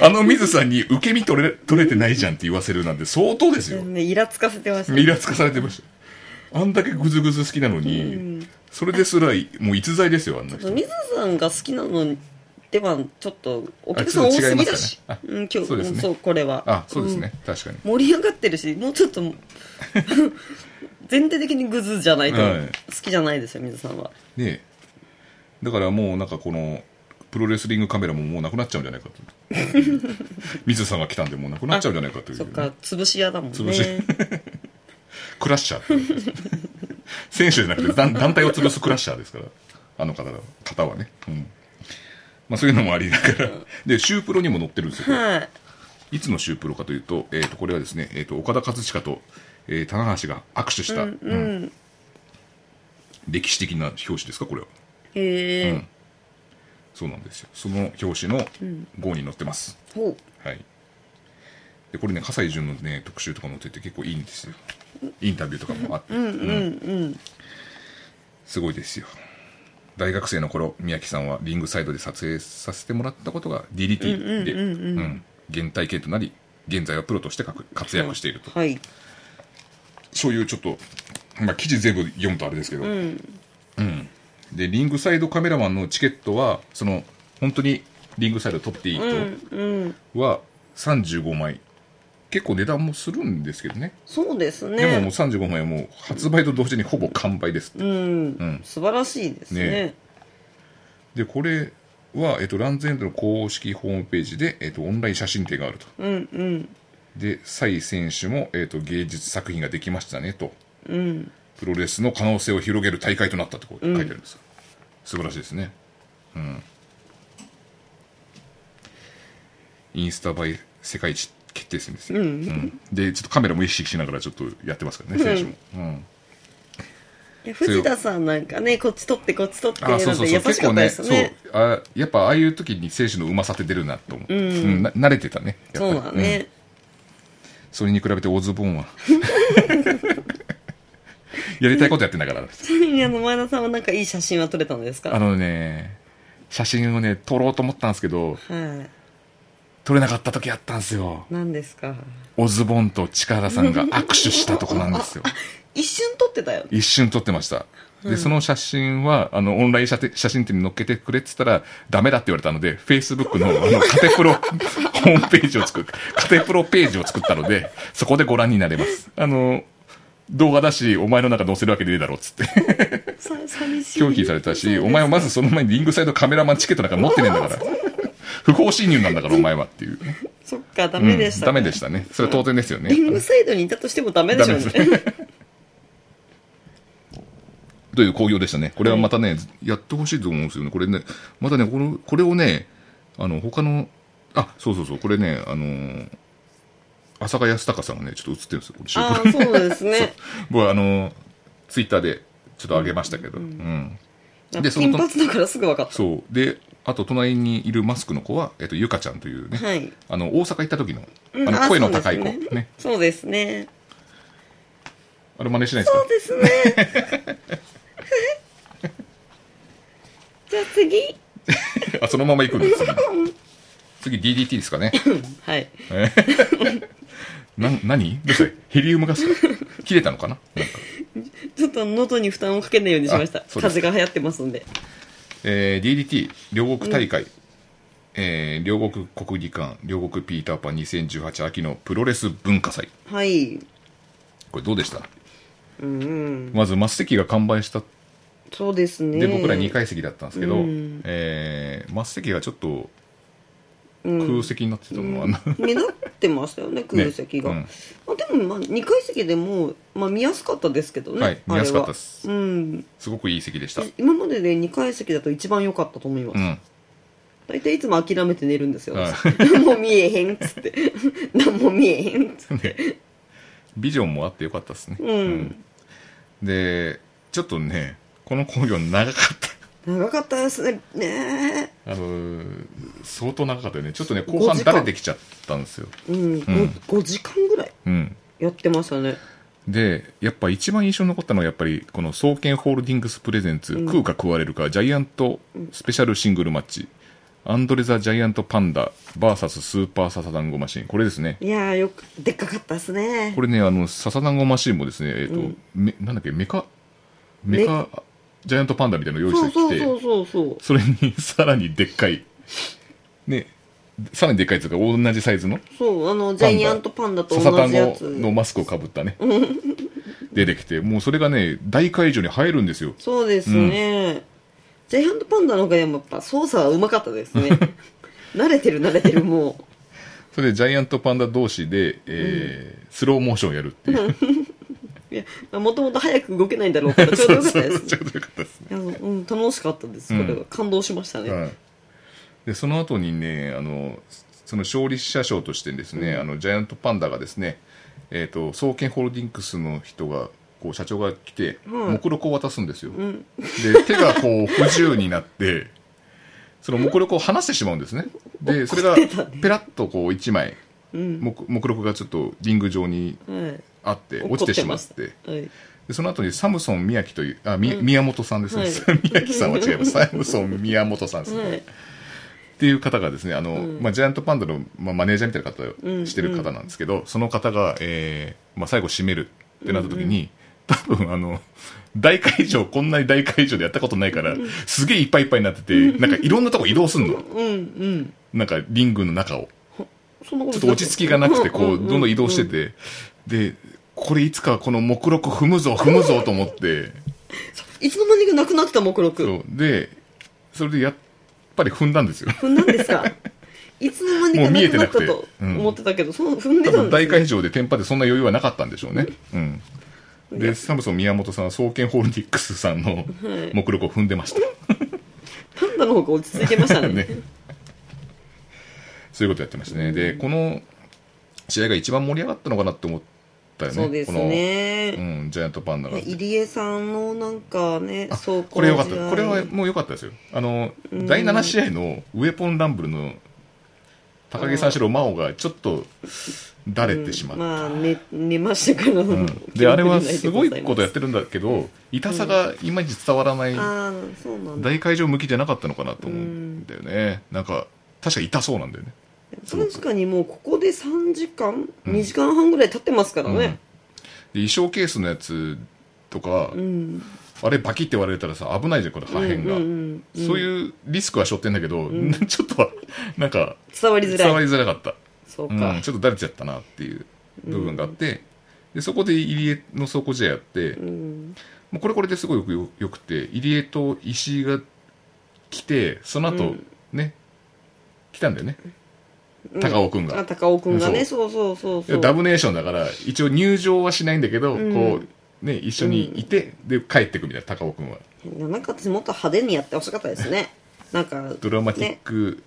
S2: あの水さんに受け身取れ取れてないじゃんって言わせるなんて相当ですよ
S3: ね、イラつかせてました
S2: イラつかされてましたあんだけグズグズ好きなのに、それですらいもう逸材ですよあんな人
S3: 水さんが好きなのではちょっとお客さん
S2: あ
S3: 多
S2: ちょ
S3: す
S2: っと違い
S3: ぎ
S2: ますかね
S3: だし、
S2: あ
S3: うん、今日
S2: そうですね
S3: んそうこれは
S2: あそうですね、確かに
S3: うん盛り上がってるしもうちょっ と全体的にグズじゃないと
S2: はい
S3: 好きじゃないですよ水さんは
S2: ねえだからもうなんかこのプロレスリングカメラももうなくなっちゃうんじゃないかと 水さんが来たんでもうなくなっちゃうんじゃないかという、
S3: そっか潰し屋だもん
S2: 潰し
S3: ね
S2: クラッシャーって選手じゃなくて団団体を潰すクラッシャーですからあの方は方はね、うんまあ、そういうのもありながらでシュープロにも載ってるんですよ
S3: はい。
S2: いつのシュープロかというと,、えー、とこれはですね、えー、と岡田和親と、えー、棚橋が握手した、
S3: うん
S2: う
S3: うんん。
S2: 歴史的な表紙ですかこれは
S3: へ
S2: う
S3: え
S2: ん。そうなんですよその表紙の
S3: うん
S2: 号に載ってます、
S3: ほう。
S2: はいでこれね葛西潤のね特集とかも載ってて結構いいんですよインタビューとかもあって、
S3: うんうんうん。
S2: すごいですよ大学生の頃宮城さんはリングサイドで撮影させてもらったことが DDT で
S3: うんうんうんうん
S2: うん原体系となり現在はプロとして活活躍していると
S3: はい。
S2: そういうちょっと、まあ、記事全部読むとあれですけど、
S3: うん。
S2: うんでリングサイドカメラマンのチケットはその本当にリングサイド取っていい
S3: うんうん。
S2: 人は35枚結構値段もするんですけどね
S3: そうです
S2: でももう
S3: ね。
S2: 35枚はもう発売と同時にほぼ完売です
S3: う
S2: うん
S3: ん。素晴らしいですね
S2: ね。でこれは、えっと、ランズエンドの公式ホームページで、えっと、オンライン写真展があると
S3: うんうん
S2: で蔡選手も、えっと、芸術作品ができましたねと
S3: うん。
S2: プロレスの可能性を広げる大会となったってこう書いてあるんですよ、素晴らしいですねうんインスタ映え世界一決定戦ですよ、
S3: うん
S2: んでちょっとカメラも意識しながらちょっとやってますからね選手も、うん
S3: で藤田さんなんかね、こっち取ってこっち取って
S2: あ
S3: なんて
S2: そうそうそ
S3: 優
S2: う
S3: し
S2: 結
S3: かっ
S2: 構
S3: たで
S2: ね
S3: す
S2: そ
S3: よ
S2: う
S3: ね。
S2: あやっぱああいう時に選手のうまさって出るなと思う、
S3: うん
S2: な慣れてたねや
S3: そ
S2: っぱり
S3: うだね。
S2: それに比べてオズボーンは やりたいことやってんだから
S3: ちなみ にあの前田さんはなんかいい写真は撮れたんですか
S2: あ
S3: は
S2: のね写真をね撮ろうと思ったんですけど
S3: い。
S2: 撮れなかった時あったんですよ
S3: 何ですか
S2: オズボーンと力さんが握手したとこなんですよ
S3: 一瞬撮ってたよね。
S2: 一瞬撮ってましたでその写真はあのオンライン写写真展に載っけてくれって言ったらダメだって言われたのでフェイスブックのあのカテプロ ホームページを作っカテプロページを作ったのでそこでご覧になれますあの動画だしお前の中載せるわけねえだろっつって
S3: さ寂しい。
S2: 拒否された
S3: そう
S2: し、
S3: です
S2: お前はまずその前にリングサイドカメラマンチケットなんか持ってねえんだから。不法侵入なんだから、お前はっていう。
S3: そっか、ダメでした、
S2: うんダメでしたね。それは当然ですよ
S3: リング
S2: ね。
S3: サイドにいたとしてもダメでしょう
S2: ダメ
S3: ね。
S2: という興行でしたね。これはまたね、やってほしいと思うんですよね。これね、またね、この、これをね、あの、他の、あ、そうそうそう、これね、あのー、浅賀康隆さんがね、ちょっと映ってるんですよ、これシュート
S3: ああ、そうです ね。
S2: 僕はあのー、ツイッターでちょっと上げましたけど、うん。でそ
S3: 金
S2: の
S3: 髪だからすぐ分かっ
S2: そう。で、あと隣にいるマスクの子は、えっと、ゆかちゃんというね
S3: た。、はい。
S2: あの、大阪行った時の、
S3: うん
S2: あの、
S3: あ
S2: 声の高い子。
S3: そうです
S2: ね。
S3: そうですね。
S2: あれ真似しないです
S3: そ
S2: か
S3: うですね。 じゃあ次。
S2: あ、そのまま行くんです ね。次 DDT ですかね。
S3: はい。
S2: な、何ど うしたヘリウムガス切れたのかななんか
S3: ちょっと喉に負担をかけないようにしました。
S2: あそう
S3: 風
S2: です
S3: 邪が流行ってますんで。
S2: えー DDT 両国大会、えー両国国技館、両国ピーターパン2018秋のプロレス文化祭。
S3: はい。
S2: これどうでした
S3: うんうん。
S2: まず、マス席が完売した。
S3: そうですね。
S2: で、僕ら2階席だったんですけど、
S3: うん
S2: えーマス席がちょっと
S3: うん
S2: 空席になってたのは、
S3: 目立ってましたよね空席が、
S2: うん
S3: まあ、でもまあ2階席でも、まあ、見やすかったですけどね、
S2: はい
S3: あれ
S2: 見やすかったです
S3: うん、
S2: すごくいい席でした。
S3: 今までで2階席だと一番良かったと思います、
S2: うん。
S3: 大体いつも諦めて寝るんですよ、
S2: はい
S3: 私 何も見えへんっつって 何も見えへんっつって
S2: ねビジョンもあってよかったですね、
S3: うん
S2: うんでちょっとねこの工業長かっ
S3: 長かったですねね
S2: たあのー相当長かったよねちょっとね
S3: 五
S2: 後半
S3: 時間
S2: だれてきちゃったんですよ、
S3: え、うんご
S2: うん
S3: 5時間ぐらい
S2: うん、
S3: やってましたね
S2: でやっぱ一番印象に残ったのはやっぱりこの総研ホールディングスプレゼンツ、
S3: うん
S2: 食うか食われるかジャイアントスペシャルシングルマッチ、アンドレ・ザ・ジャイアント・パンダ VS スーパーササダンゴマシンこれですね
S3: いやーよくでっかかったですね
S2: これね、あの、笹団子マシーンもですね、えっ、と、
S3: うん
S2: め、なんだっけ、メカ、メカ、ジャイアントパンダみたいなの用意
S3: そ
S2: し
S3: う
S2: てき
S3: そう
S2: て、
S3: そうそうそう
S2: それにさらにでっかい、ね、さらにでっかいというか、同じサイズの、
S3: そうあのジャイアントパンダと
S2: 笹
S3: 同
S2: 団
S3: じやつ
S2: 子のマスクをかぶったね、出てきて、もうそれがね、大会場に入るんですよ。
S3: そうですね、ジャイアントパンダの方がやっぱ操作はうまかったです ね慣れてる慣れてるも
S2: それでジャイアントパンダ同士で、えースローモーションやるっていう。
S3: いや、もともと早く動けないんだろうから、ちょうどよかったです
S2: ち
S3: ね
S2: ょうどよかったですね。
S3: いやうん、楽しかったです。これは感動しましたね。
S2: はい、でその後にねあのその勝利者賞としてですね、あのジャイアントパンダがですね、えー、と総研ホールディングスの人がこう社長が来て、
S3: はい
S2: 目録を渡すんですよ、
S3: ん
S2: で手がこう不自由になってその目録を離してしまうんですねでそれがペラッとこう1枚
S3: うん。
S2: 目目録がちょっとリング上に
S3: はい。
S2: あって落ちてしまって
S3: はい。
S2: でその後にサムソン宮城というあ、み宮本さんですね、
S3: は
S2: 宮城さんは違いますサムソン宮本さんですね、
S3: はい。
S2: っていう方がですねあの、
S3: うん
S2: まあ、ジャイアントパンダの、まあ、マネージャーみたいな方を
S3: うん
S2: してる方なんですけど、その方が、えーまあ、最後締めるってなった時に、多分あの大会場こんなに大会場でやったことないから、すげえいっぱいいっぱいになってて、なんかいろんなとこ移動すんの
S3: うん、うん。
S2: なんかリングの中を
S3: そんなこと
S2: ちょっと落ち着きがなくてこうどんどん移動して
S3: て。
S2: て、でこれいつかこの目録踏むぞ踏むぞと思って
S3: いつの間にかなくなってた、目録。
S2: そうでそれでやっぱり踏んだんですよ
S3: 踏んだんです かいつの間にかなくなった
S2: もう見えて
S3: と
S2: なくてうん
S3: 思ってたけど、その踏んでたんで
S2: 多分
S3: す
S2: 大
S3: ね
S2: 会場でテンパでそんな余裕はなかったんでしょうね。うん。で、サムソン宮本さんは創建ホールディックスさんの
S3: はい
S2: 目録を踏んでました。
S3: パンダの方が落ち着いてましたね
S2: ね。そういうことやってましたね。で、この試合が一番盛り上がったのかなって思ったよね。
S3: そうです
S2: こ
S3: ね。
S2: の、うん、ジャイアントパンダが。
S3: 入江さんのなんかね、
S2: あ
S3: そう
S2: これ良かった。これはもう良かったですよ。あの、
S3: うん
S2: 第7試合のウェポンランブルの高木三四郎真央がちょっとだれてしまった。
S3: まあ、寝、寝ましたから、
S2: うんであれはすごいことやってるんだけど痛さがいまいち伝わらない
S3: ああ、そうなんだ。
S2: 大会場向きじゃなかったのかなと思うんだよねなんか確か痛そうなんだよね
S3: 確かにもうここで3時間、
S2: うん
S3: 2時間半ぐらい経ってますから
S2: うんで
S3: ね。
S2: 衣装ケースのやつとか
S3: うん。
S2: あれバキって割れたらさ危ないじゃんこの破片がそう
S3: う。
S2: いうリスクは背負ってんだけど
S3: ん
S2: ちょっとはなんか
S3: 伝わりづ
S2: 伝わ
S3: らい。
S2: りづらかった
S3: そう
S2: うん
S3: か。
S2: ちょっとだれちゃったなっていう部分があってでそこで入江の走行試合やって
S3: うん。
S2: もうこれこれですごいよくよよくて入江と石井が来てその
S3: う
S2: 後、
S3: ん
S2: ね来たんだよね高尾君が、
S3: あ、高尾くんがね、
S2: うん
S3: そうそうそう
S2: い
S3: そ
S2: や
S3: う。
S2: ダブネーションだから一応入場はしないんだけど、
S3: うん
S2: こうね一緒にいて、で帰ってくみたいな高尾君はい
S3: やなんか私もっと派手にやってほしかったですね。なんか、
S2: ドラマティック、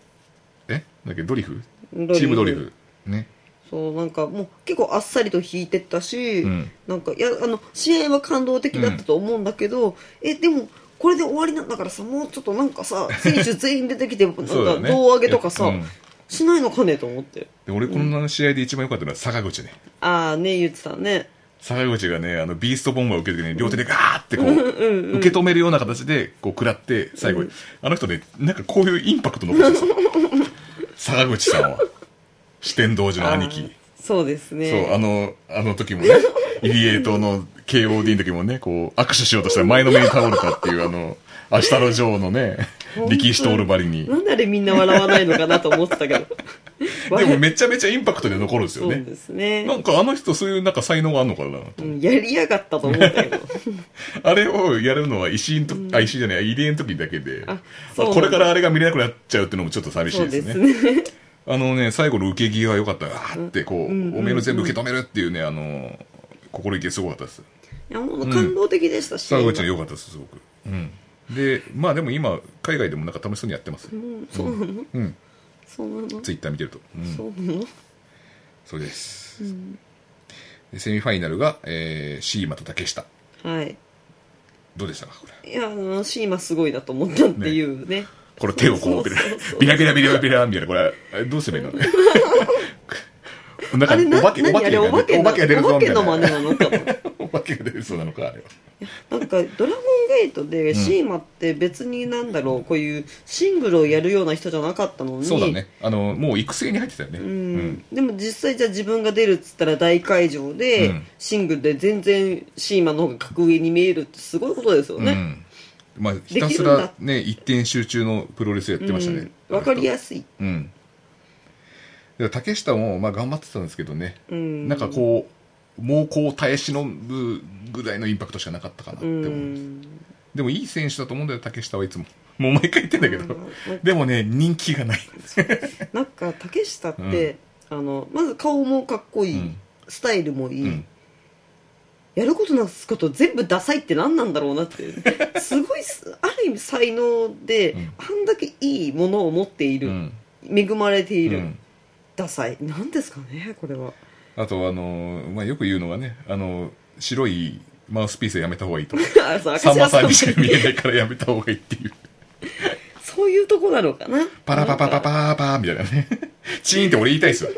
S2: えなんだっけドリフ
S3: ね
S2: チームドリフね
S3: そう、なんかもう結構あっさりと引いてったし、
S2: うん
S3: なんか、いや、あの、試合は感動的だったと思うんだけど、え、でも、これで終わりなんだからさ、もうちょっとなんかさ、選手全員出てきて、なんか
S2: そうだよね
S3: 胴上げとかさ、
S2: うん
S3: しないのかねと思って。
S2: で俺この試合で一番良かったのは坂口ね
S3: ああ、ね、言ってたね。
S2: 坂口がねあのビーストボンバーを受ける時に両手でガーってこう受け止めるような形でこう食らって最後にあの人ねなんかこういうインパクト残 すんですよ坂口さんは四天王寺の兄貴
S3: あーそうです
S2: そうあ
S3: ね。
S2: のあの時もね入江島の KOD の時もねこう握手しようとしたら前のめりに倒れたっていうあの明日の女王のね
S3: 本当に
S2: 力士通るばりに
S3: なんであれみんな笑わないのかなと思ってたけど。
S2: でも
S3: 笑
S2: めちゃめちゃインパクトで残るんですよ
S3: そう
S2: ね
S3: ですね
S2: な。んかあの人そういうなんか才能があるのかな
S3: うん、やりやがったと思った けど。
S2: あれをやるのは石井のと、あ、石井じゃない、入江の時だけで、
S3: あ
S2: まあ
S3: そうなんだ
S2: これからあれが見れなくなっちゃうっていうのもちょっと寂し
S3: そ
S2: いうで
S3: です
S2: ね。
S3: すね。
S2: あのね、最後の受け際が良かった、あーってこう、
S3: んうん
S2: おめえの全部受け止めるっていうね、あの、心意気すごかったです。
S3: いや、もう感動的でしたし。
S2: 坂口の良かったです、すごく。うん。で、まあでも今、海外でもなんか楽しそうにやってます。
S3: うんそうなの
S2: うん。
S3: そうなの
S2: ツイッター見てると。うん。
S3: そうなの
S2: そうです。でセミファイナルが、えー、シーマと竹下。
S3: はい。
S2: どうでしたか、これ。
S3: いや、あの、シーマすごいなと思ったっていうね。
S2: この手をこう、ビラ
S3: そうそうそう
S2: ビラビラビラビラみたいな、これ、あれどうす ればいいのな
S3: あれ、
S2: んか、
S3: な、
S2: お化け、お
S3: 何
S2: 化
S3: あ
S2: け
S3: れ、お化
S2: が出
S3: け
S2: る、お
S3: の、お化
S2: 化けが出るぞみ
S3: け
S2: たい
S3: の真似
S2: な。
S3: なのかと。
S2: お化けが出るそうなのか、あれは。
S3: なんか、ドラゴンゲートで、シーマって別になんだろう、こういうシングルをやるような人じゃなかったのに。
S2: そうだね。あの、もう育成に入ってたよね。う。
S3: うんん。でも実際じゃあ自分が出るっつったら大会場で、
S2: うん
S3: シングルで全然シーマの方が格上に見えるってすごいことですよ
S2: う
S3: ね。
S2: ん。まあ、ひた
S3: でき
S2: す
S3: るん
S2: ら
S3: だ
S2: ね、一点集中のプロレスやってましたね。
S3: わ、かりやすい。
S2: うん。で竹下も、まあ、頑張ってたんですけどね。
S3: うん。
S2: なんかこう、猛攻を耐え忍ぶぐらいのインパクトしかなかったかなって
S3: う
S2: 思うん
S3: ん。
S2: でもいい選手だと思うんだよ、竹下はいつも。もう毎回言ってんだけど
S3: うん。
S2: でもね、人気がない。
S3: なんか竹下って、あのまず顔もかっこいい、
S2: うん
S3: スタイルもいい、
S2: うん
S3: やることなすこと全部ダサいって何なんだろうなってすごいすある意味才能で、
S2: うん
S3: あんだけいいものを持っている、
S2: うん
S3: 恵まれている、
S2: うん
S3: ダサい何ですかねこれ は
S2: あとあのー、まあ、よく言うのがねあのー白いマウスピースはやめた方がいいと
S3: あそう
S2: さんまさん
S3: 明
S2: に
S3: 石
S2: し
S3: 家
S2: か見えないからやめた方がいいっていう
S3: そういうとこなのかな
S2: パラパパパパーパーみたいなねチーンって俺言いたいっすよ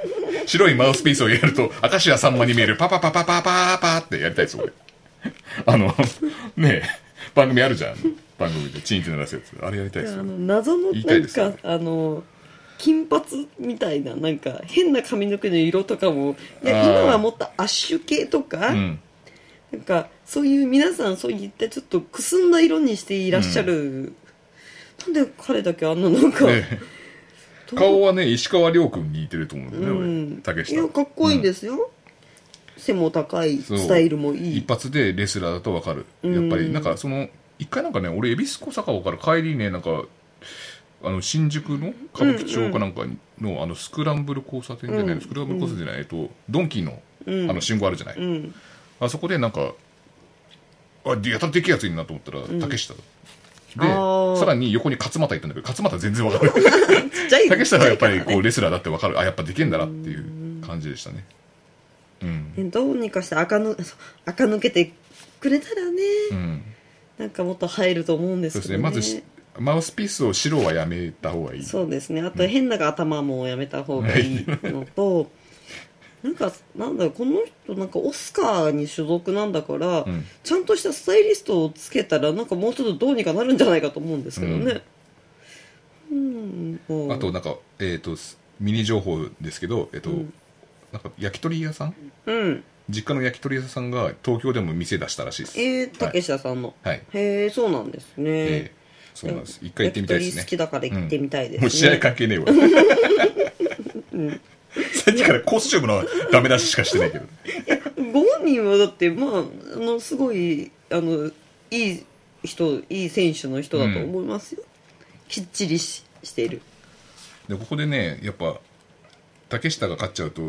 S2: 白いマウスピースをやると明石家さんまに見えるパパパパパパーパーってやりたいっす俺あのねえ番組あるじゃん番組でチーンって鳴らすやつあれやりたいっ
S3: あ
S2: すよ
S3: の謎の
S2: 言い
S3: な
S2: たい
S3: ん
S2: です
S3: か、
S2: よね
S3: あの金髪みたいななんか変な髪の毛の色とかもいや
S2: あー
S3: 今はもっとアッシュ系とか、
S2: うん
S3: なんかそういう皆さんそういったちょっとくすんだ色にしていらっしゃる、なんで彼だけあんななんか、
S2: ね
S3: どう
S2: 顔はね石川遼君に似てると思うんだ
S3: う
S2: よね
S3: ん
S2: 俺竹
S3: いや
S2: 下
S3: かっこいい
S2: す
S3: ですよ、背も高い
S2: そう
S3: スタイルもいい
S2: 一発でレスラーだとわかる
S3: うん
S2: やっぱりなんかその一回なんかね俺恵比寿小坂尾から帰りねなんかあの新宿の歌舞伎町かなんかの,、あのスクランブル交差点じゃない、
S3: うん
S2: スクランブル交差点じゃない、えっとドンキーの
S3: うん
S2: あの信号あるじゃない、
S3: うん
S2: あそこでなんかあでやたらでけえやついるなと思ったら
S3: ん
S2: 竹下だ、
S3: あー
S2: でさらに横に勝俣いたんだけど勝俣全然わかる
S3: ちっちゃい
S2: 竹下はやっぱりこ
S3: ね
S2: うレスラーだってわかるあやっぱでけえんだなっていう感じでしたねうん、
S3: ねどうにかして垢ぬそう垢抜けてくれたらね、
S2: うん
S3: なんかもっと入ると思うんで
S2: そう
S3: す
S2: で
S3: け
S2: す
S3: どね
S2: ねまずしマウスピースを白はやめた方がいい
S3: そうですねあと変な頭もやめた方がいいのとなんかなんだろうこの人なんかオスカーに所属なんだから、
S2: ん
S3: ちゃんとしたスタイリストをつけたらなんかもうちょっとどうにかなるんじゃないかと思うんですけどねうん、もう
S2: あとなんかえっ、とすミニ情報ですけどえっ、と、
S3: うん
S2: なんか焼き鳥屋さん
S3: うん
S2: 実家の焼き鳥屋さんが東京でも店出したらしいです
S3: えー、竹下さんの、
S2: はい、はい
S3: へえそうなんですね、
S2: えーそうなんです一回行ってみたいですね
S3: 焼き鳥好きだから行ってみたいですね、
S2: もう試合 関係ねえわ、さっきからコスチュームのダメ出ししかしてないけど
S3: ご本人はだってまああのすごいあのいい人いい選手の人だと思いますよ、きっちりししている
S2: でここでねやっぱ竹下が勝っちゃう と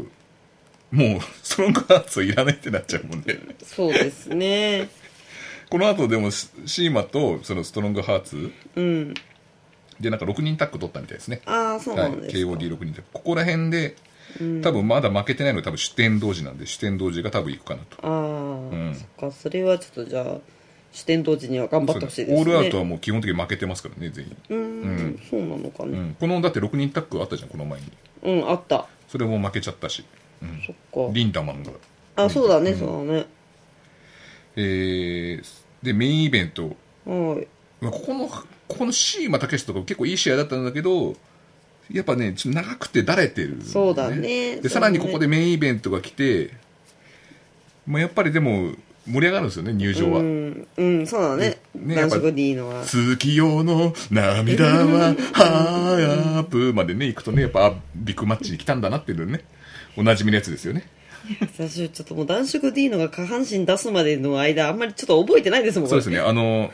S2: もうストロングハーツいらないってなっちゃうもんね
S3: そうですね
S2: この後でもシシーマとそのストロングハーツ
S3: うん
S2: でなんか6人タッグ取ったみたいですね
S3: ああそうな
S2: はい
S3: んですか、
S2: KOD6 人でここら辺で、多分まだ負けてないので多分主典同時なんで主典同時が多分行くかなと
S3: ああ、
S2: ん
S3: そっかそれはちょっとじゃあ視点同時には頑張ってほしいですね
S2: オールアウトはもう基本的に負けてますからね全員、
S3: うーん、ん、そうなのか
S2: う
S3: ね
S2: ん、このだって6人タッグあったじゃんこの前に
S3: うん、あった
S2: それも負けちゃったし、うん、
S3: そっか
S2: リンダマンが
S3: あそうだね、そうだね
S2: えー、でメインイベント
S3: はい
S2: まあここのここのシーマ竹下とか結構いい試合だったんだけどやっぱねちょっと長くてだれてるんだよ、
S3: そうだねそうだね
S2: でさらにここでメインイベントが来て、まあ、やっぱりでも盛り上がるんですよね入場は、
S3: うん、うん、そうだね
S2: ね
S3: 男色でいいのは
S2: 月夜の涙はハープまでね行くとねやっぱあビッグマッチに来たんだなっていうのねおなじみのやつですよね
S3: 私ちょっともう男色 D のが下半身出すまでの間あんまりちょっと覚えてないですもん
S2: そうです
S3: ね
S2: ねあの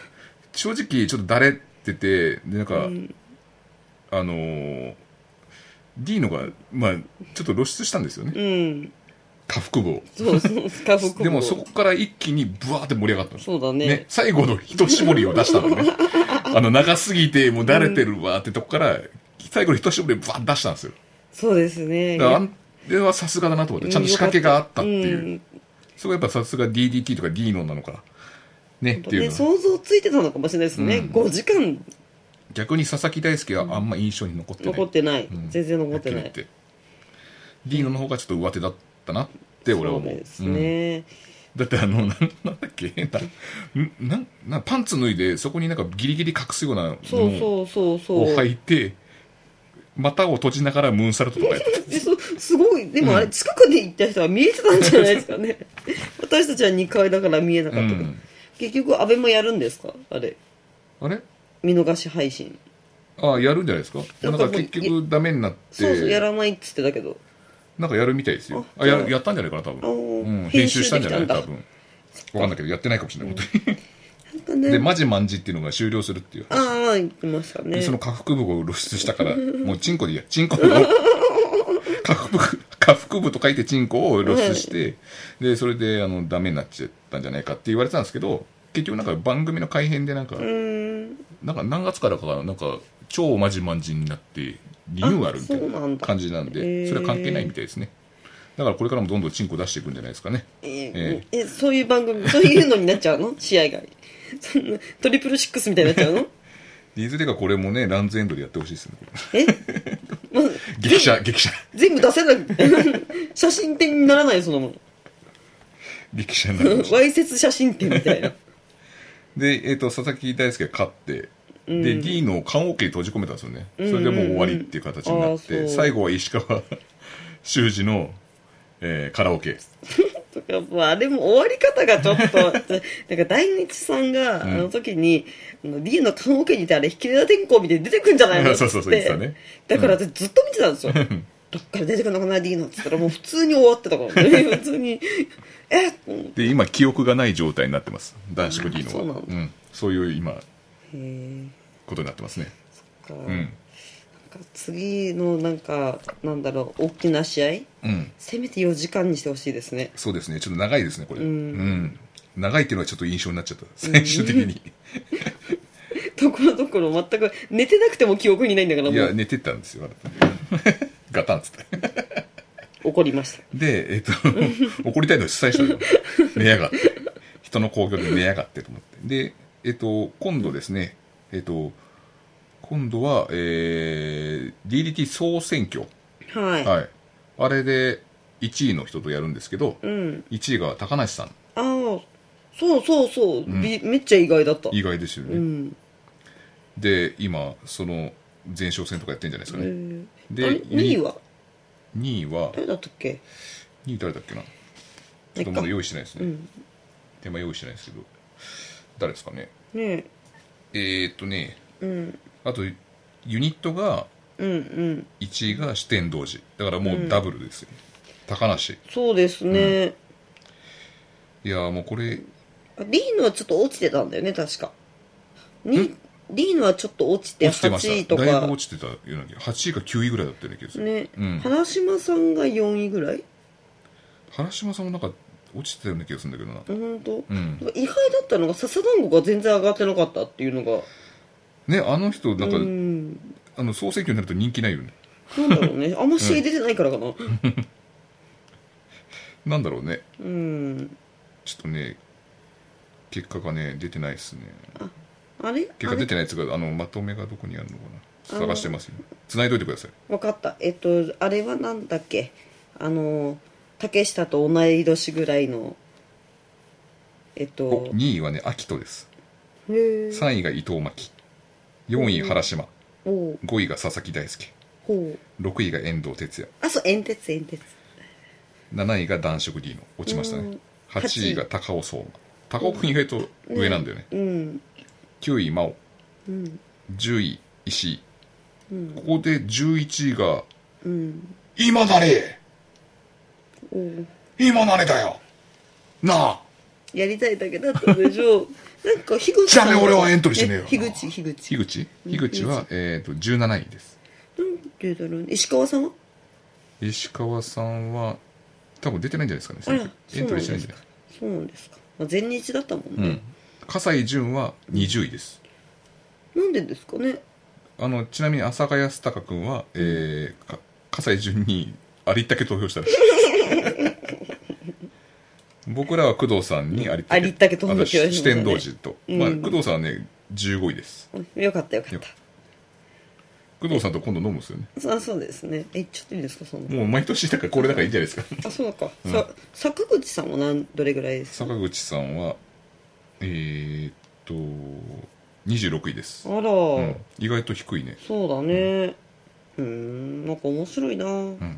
S2: 正直ちょっとだれててでなんか、あのーディーノが、まあ、ちょっと露出したんですよね
S3: うん
S2: 下腹部を
S3: そうそうスカーフコ
S2: でもそこから一気にブワーって盛り上がったの
S3: そうだね
S2: 最後の一絞りを出した のねあの長すぎてもうだれてるわってとこから最後の一絞りをバーッ出したんですよ
S3: そうですね
S2: だからあんあれはさすがだなと思ってちゃんと仕掛けがあったっていう、
S3: うん
S2: それがやっぱさすが DDT とかディーノなのかねっていう
S3: ね、
S2: の
S3: 想像ついてたのかもしれないですね、
S2: うん
S3: 5時間
S2: 逆に佐々木大輔はあんま印象に残ってない、
S3: 残ってない、
S2: うん
S3: 全然残ってな
S2: はっ
S3: い
S2: きり言ってディーノの方がちょっと上手だったなって俺は
S3: そう
S2: 思う
S3: です
S2: うん
S3: ね、
S2: だってあのなんなんだっけ変ななんなんパンツ脱いでそこになんかギリギリ隠すようなの
S3: そうそうそう
S2: を
S3: そう
S2: 履いて股を閉じながらムーンサルトとかやって た
S3: えそすごいでもあれ近くで行った人は見えてたんじゃないですかね 私たちは2階だから見えなかったけど、
S2: うん
S3: 結局安倍もやるんですかあれ
S2: あれ
S3: 見逃し配信
S2: ああやるんじゃないですか
S3: な
S2: なんん
S3: か
S2: か
S3: もう
S2: 結局ダメになって
S3: そうそうやらないっつってたけど
S2: なんかやるみたいですよ
S3: あ
S2: あややったんじゃないかな多
S3: あー
S2: 分、うん、
S3: 編
S2: 編
S3: 集
S2: 集
S3: でき
S2: したた
S3: ん
S2: ん
S3: だ
S2: じゃない多分わかんないけどやってないかもしれない、本当に
S3: なんかね
S2: でマジマンジっていうのが終了するっていう話
S3: ああ言ってましたね
S2: でその下腹部を露出したから、もうチンコでいいや、チンコの下腹部、下下腹部と書いてチンコを露出して、で、それで、あの、ダメになっちゃったんじゃないかって言われてたんですけど、結局なんか番組の改編でなんか、
S3: うーん
S2: なんか何月からかがなんか超まじまんじになってリニューアルみた
S3: あそうないん
S2: な
S3: だ
S2: 感じなん
S3: へ
S2: で
S3: ー
S2: それは関係ないみたいですねだからこれからもどんどんチンコ出していくんじゃないですかね
S3: ええそういう番組そう いうのになっちゃうの試合がそんなトリプルシックスみたいになっちゃうの
S2: いずれかこれもねランズエンドでやってほしいですね
S3: え、まあ、
S2: 激写激写
S3: 全部出せなく 写真展にならないよそのも
S2: 激写になる
S3: の わいせつ写真展みたいな
S2: で、えー、と佐々木大輔が勝ってで、ディーノを棺桶に閉じ込めたんですよねそれでもう終わりっていう形になっ
S3: うんうんうんあー
S2: て
S3: そう
S2: 最後は石川修二の、えーカラオケ
S3: とかもうあれも終わり方がちょっ となんか大日さんがあの時に、あの D の棺桶にいてあれ引き出た天候見て出てくんじゃないの
S2: そうそうそう
S3: つって
S2: 言ってたね
S3: だから私ずっと見てたんですよどっから出てくんのかな D のっつったらもう普通に終わってたから ね普通にえっ
S2: で今記憶がない状態になってます男子のディーノは
S3: あーそうなん
S2: うん、そういう今
S3: へ
S2: ことになってますね
S3: えか、
S2: うん
S3: なんか次のなんかなんだろう大きな試合
S2: うん、
S3: せめて4時間にしてほしいですね
S2: そうですね、ちょっと長いですね、これ。
S3: うん
S2: うん長いっていうのはちょっと印象になっちゃった、最終的に。
S3: ところどころ全く寝てなくても記憶にないんだから
S2: い
S3: も
S2: や、
S3: う
S2: 寝てたんですよ、あな たガタンっつって。
S3: 怒りました
S2: で、え っ、と、怒りたいのに主催者が、寝やがって。人の興行で寝やがってと思って。で、えっ、と、今度ですね、えっ、と、今度は、えー、DDT 総選挙。
S3: はい、
S2: はい。あれで、1位の人とやるんですけど、
S3: うん
S2: 1位が高梨さん。
S3: ああそうそうそう、びめっちゃ意外だった
S2: 意外ですよね。
S3: うん、
S2: で、今、その、前哨戦とかやってんじゃないですかね。
S3: えー、
S2: で
S3: あれ2位は
S2: 2位は
S3: 誰だったっけ
S2: 2位誰だっけなちょっと
S3: ま
S2: ま
S3: あ
S2: だ
S3: いっか
S2: 用意してないです
S3: う
S2: ね、
S3: ん
S2: 手前用意してないですけど誰ですかね
S3: ね
S2: えー、っとね
S3: えうん
S2: あとユニットが
S3: うんうん
S2: 1位が四天王寺だからもうダブルですよ、高梨
S3: そうですね、
S2: いやーもうこれ
S3: あリーノはちょっと落ちてたんだよね確かにリーノはちょっと落ちて
S2: 落ちてま
S3: 8位
S2: し
S3: と
S2: た
S3: か
S2: だいぶ落ちてたような気が8位か9位ぐらいだったような気がする、
S3: ね、
S2: うん
S3: 花島さんが4位ぐらい
S2: 原島さんもなんか落ちてたような気がするんだけどな
S3: 本当、
S2: うん
S3: 意外だったのが笹団子が全然上がってなかったっていうのが
S2: ねあの人なんか、
S3: うん
S2: あの総選挙になると人気ないよね
S3: なんだろうねあんま試合出てないからかな
S2: なんだろうね
S3: うん
S2: ちょっとね結果がね出てないですね
S3: あれ
S2: 結
S3: あ
S2: 果
S3: れ
S2: 出てないやつがあのまとめがどこにあるのか
S3: あ
S2: な
S3: の
S2: 探してますよ繋いどいてください
S3: わかったえっとあれはなんだっけあの竹下と同い年ぐらいのえっと
S2: 2位はね秋人です
S3: へえ
S2: 3位が伊藤真希4位原島
S3: ほう
S2: 5位が佐々木大輔
S3: ほう
S2: 6位が遠藤哲也
S3: あそう煙鉄煙鉄
S2: 7位が男色 D の落ちました
S3: う
S2: ね
S3: ん
S2: 8位が高尾相馬高尾君意外と上なんだよね
S3: うん
S2: 9位真央
S3: うん
S2: 10位石井
S3: うん
S2: ここで11位が
S3: うん
S2: 今なれ
S3: おう
S2: 今なれだよなあ
S3: やりたいだけだったでし ょうなんか樋口
S2: ちなみに俺はエントリーしてねえよ
S3: 樋口樋口
S2: 樋口樋口は、えー、と17位です
S3: なんてだろうね石川さんは
S2: 石川さんは多分出てないんじゃないで
S3: あ
S2: すからねエントリーしてないんじゃない
S3: そうなんですか、まあ、前日だったもん
S2: う
S3: ね
S2: ん、葛西潤は20位です
S3: なんでですかね
S2: あのちなみに朝霞康隆君は、えーか葛西潤にありったけ投票したらしい 僕らは工藤さんにありった
S3: ありったけ投票しましたね
S2: あと四天王寺と、まあ、
S3: うん
S2: 工藤さんはね15位です
S3: よかったよかっ
S2: よ工藤さんと今度飲むんですよね
S3: たあそうですねえちょっといいですかその
S2: もう毎年だからこれだからいいんじゃないですか
S3: あそうか、さ坂口さんはなんどれぐらいですか
S2: 坂口さんはえー、っと26位です
S3: あら、
S2: うん意外と低いね
S3: そうだねうんんなんか面白いな、
S2: うん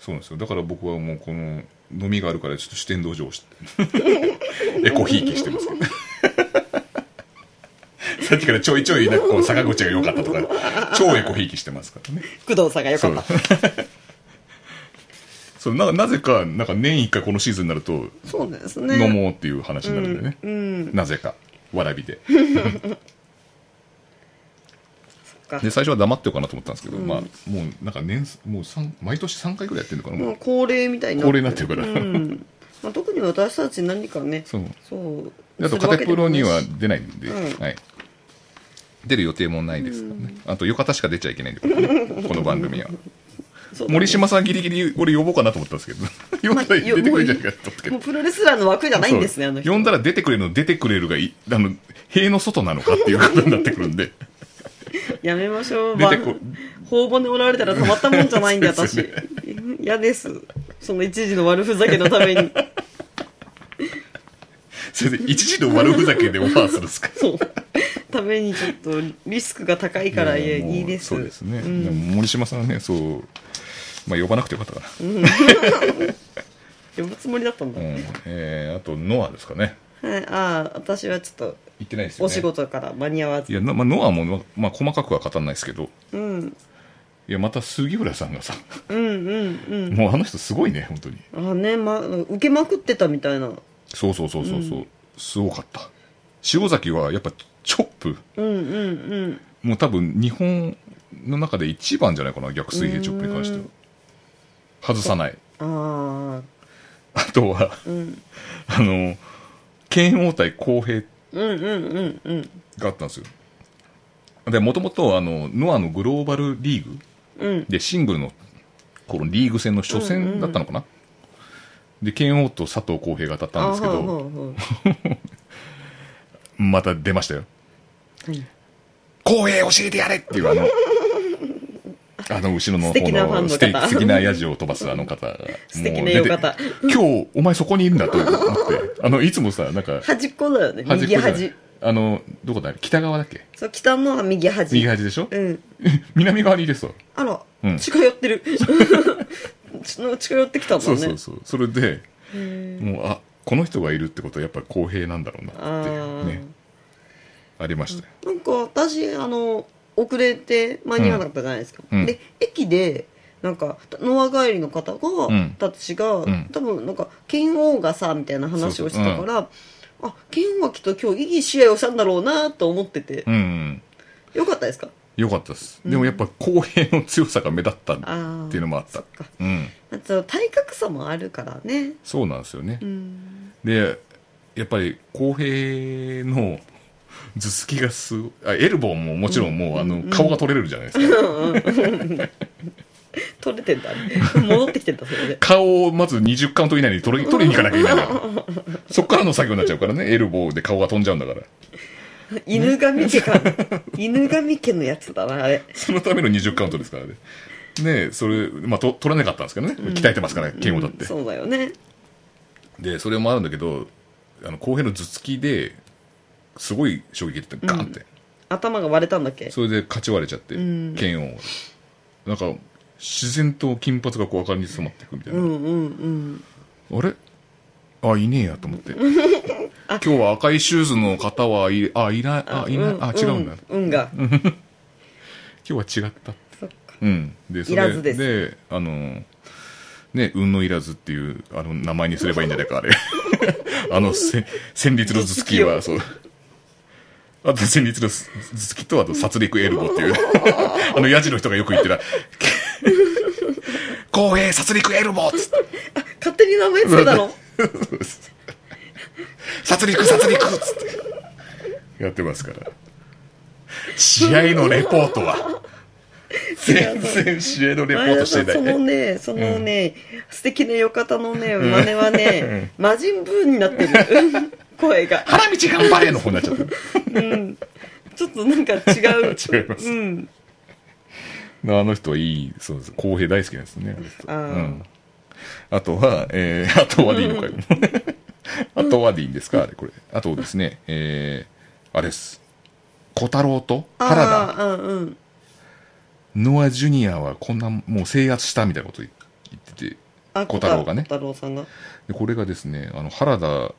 S2: そうなんですよだから僕はもうこの飲みがあるからちょっと四天王城をして エコひいきしてますけど さっきからちょいちょいなんかこう坂口が良かったとか超エコひいきしてますからね
S3: 工藤さんがよか
S2: そ
S3: っ
S2: う
S3: た
S2: そうななぜかなんか年一回このシーズンになると
S3: そうですね
S2: 飲もうっていう話になるんだよね、
S3: うん
S2: なぜかわらびで
S3: か
S2: で最初は黙ってようかなと思ったんですけど、
S3: うん
S2: まあもうなんか年もう三毎年3回ぐらいやってるのかなも
S3: もう
S2: う
S3: 恒例みたいにな
S2: 恒例になってるから
S3: うんまあ、特に私たち何かね
S2: そう
S3: そう
S2: あ
S3: す
S2: と
S3: るわ
S2: カ
S3: けで
S2: テ
S3: も
S2: プ
S3: な
S2: ロに
S3: いし
S2: は出ないんで、
S3: うん
S2: はい、出る予定もないですからね、あと浴衣しか出ちゃいけないんで、これね この番組は
S3: そうだね
S2: 森島さんギリギリ俺呼ぼうかなと思ったんで すけど呼んだら出てくれるんじゃないかと思ったけど
S3: もうプロレスラーの枠じゃないんですねあの人
S2: そう呼んだら出てくれるの出てくれるがいあの塀の外なのかっていうことになってくるんで
S3: やめましょう
S2: 出てこ
S3: ば頬骨折られたらたまったもんじゃないんで
S2: そう です
S3: 私
S2: よ
S3: 嫌ですその一時の悪ふざけのために
S2: それで一時の悪ふざけでオファーするんですか
S3: そうためにちょっとリスクが高いからいえ
S2: もう
S3: いいです
S2: そうですね、
S3: うん
S2: でも森島さんはねそう、まあ、呼ばなくてよかったかな、
S3: 呼ぶつもりだったんだ、
S2: うんえーあとノアですかね
S3: はいああ私はちょっと
S2: 行ってないですよね
S3: お仕事から間に合わず
S2: いや、なまあ、ノアも、まあまあ、細かくは語らないですけど
S3: うん
S2: いやまた杉浦さんがさ
S3: うんうんうん
S2: もうあの人すごいね本当に
S3: あね、ま、受けまくってたみたいな
S2: そうそうそうそうそう、すごかった塩崎はやっぱチョップ
S3: うんうんうん
S2: もう多分日本の中で一番じゃないかな逆水平チョップに関しては
S3: う
S2: 外さない
S3: あ
S2: あとは
S3: あうん
S2: あの剣王対公平
S3: うんうんうんうん
S2: があったんですよでもともとノアのグローバルリーグ
S3: うん
S2: でシングルのこのリーグ戦の初戦だったのかな、で剣王と佐藤浩平が当たったんですけ
S3: あはあはあ
S2: ど
S3: は
S2: また出ましたよ
S3: あはい
S2: 公平教えてやれっていう あのあの後ろの
S3: 素敵なファ
S2: 方
S3: ンの方
S2: の素敵素敵なヤジを飛ばすあの方が
S3: 素敵な
S2: もう出て
S3: よかった
S2: 今日お前そこにいるんだと思ってあのいつもさなんか
S3: 端っこだよね
S2: 端っ こ
S3: 右
S2: じゃない
S3: 端
S2: あのどこだ北側だっけ
S3: そう北のは右端
S2: 右端でしょ、
S3: うん
S2: 南側にいるそう
S3: あら、
S2: うん
S3: 近寄 ってる ちょ近寄ってきたんだ
S2: そ
S3: ね
S2: うそうそうそれでもうあこの人がいるってことはやっぱ公平なんだろうなっていうねありましたよ
S3: なんか私あの遅れて間に合わなかったじゃないですか、
S2: うんうん
S3: で駅でなんかノア帰りの方が、
S2: うん
S3: たちが、
S2: ん
S3: 多分なんか剣王がさみたいな話をしてた
S2: そ
S3: か
S2: うそ
S3: ら、あ剣王はきっと今日いい試合をしたんだろうなと思ってて、
S2: うん、うん、
S3: よかったですか
S2: よかったです、でもやっぱ公平の強さが目立った
S3: あー
S2: っていうのもあった
S3: そっか
S2: うん
S3: あと体格差もあるからね
S2: そうなんですよね、
S3: うん
S2: でやっぱり公平の頭突きがすごあエルボーももちろんもうあの顔が取れるじゃないですか、
S3: 取れてんだ ね戻ってきてんだそれで
S2: 顔をまず20カウント以内に取り取りに行かなきゃいけない からそっからの作業になっちゃうからねエルボーで顔が飛んじゃうんだから
S3: 犬神家 か犬神家のやつだなあれ
S2: そのための20カウントですからねねそれ、まあ、と取らなかったんですけどね鍛えてますから剣をだって、
S3: そうだよね
S2: でそれもあるんだけどあの公平の頭突きですごい衝撃ってガーンって、
S3: 頭が割れたんだっけ
S2: それで勝ち割れちゃって、
S3: うん
S2: 剣をなんか自然と金髪がこう明かりに染まっていくみたいうな、
S3: んうんうん
S2: あれあいねえやと思って 今日は赤いシューズの方はいあいないあいない、
S3: うん
S2: あ違うんだ、今
S3: うん、うんが、
S2: 日は違った
S3: そっか
S2: うんでそれ
S3: いらずです
S2: あのね運のいらずっていうあの名前にすればいいんじゃないかあ れあのせ戦慄の頭突きはそうあと戦慄の頭突きとあと殺戮エルボっ ていうあのヤジの人がよく言ってた「公平殺戮エルボ」っつって
S3: 勝手に名前つけた の
S2: 殺戮殺戮っつってやってますから試合のレポート は全然試合のレポートして
S3: そ
S2: ない
S3: のねそのね、素敵な浴衣のね真似はね、魔人ブーになってる うん声が
S2: 花道頑張れの方になっちゃった
S3: ちょっとなんか違う
S2: 違います
S3: うん
S2: あの人はいい、そうです。公平大好きなんですね、あの人
S3: あー
S2: うん。あとは、えー、あ とはでいい のかよ。あとはでいいんですかあれ、これ。あとですね、えー、あれです。小太郎と原田、
S3: ああうんうん
S2: ノア・ジュニアはこんな、もう制圧したみたいなこと言ってて、
S3: あ
S2: 小太郎がね
S3: 小太郎さんが
S2: でこれがですね、あの、原田ば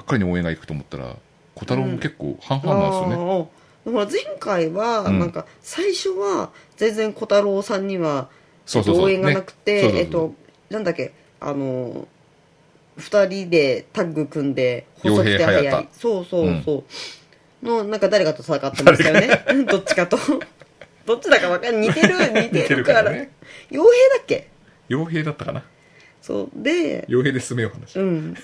S2: っかりに応援が行くと思ったら、小太郎も結構半々なんですよね。
S3: ああほら前回は
S2: うん
S3: なんか最初は全然小太郎さんには
S2: そうそうそう
S3: 応援がなくて、
S2: ねそうそうそう
S3: えっとなんだっけあの2人でタッグ組んで細くて
S2: 傭兵
S3: 速
S2: 隼
S3: い
S2: 田
S3: そうそうそう、のなんか誰かと戦ってましたよねどっちかとどっちだかわかんない似てる似て
S2: 似て
S3: る
S2: る
S3: か
S2: からら
S3: 傭
S2: ね
S3: 兵だっけ
S2: 傭兵だったかな
S3: そうで
S2: 傭兵で進めよう話
S3: う。 ん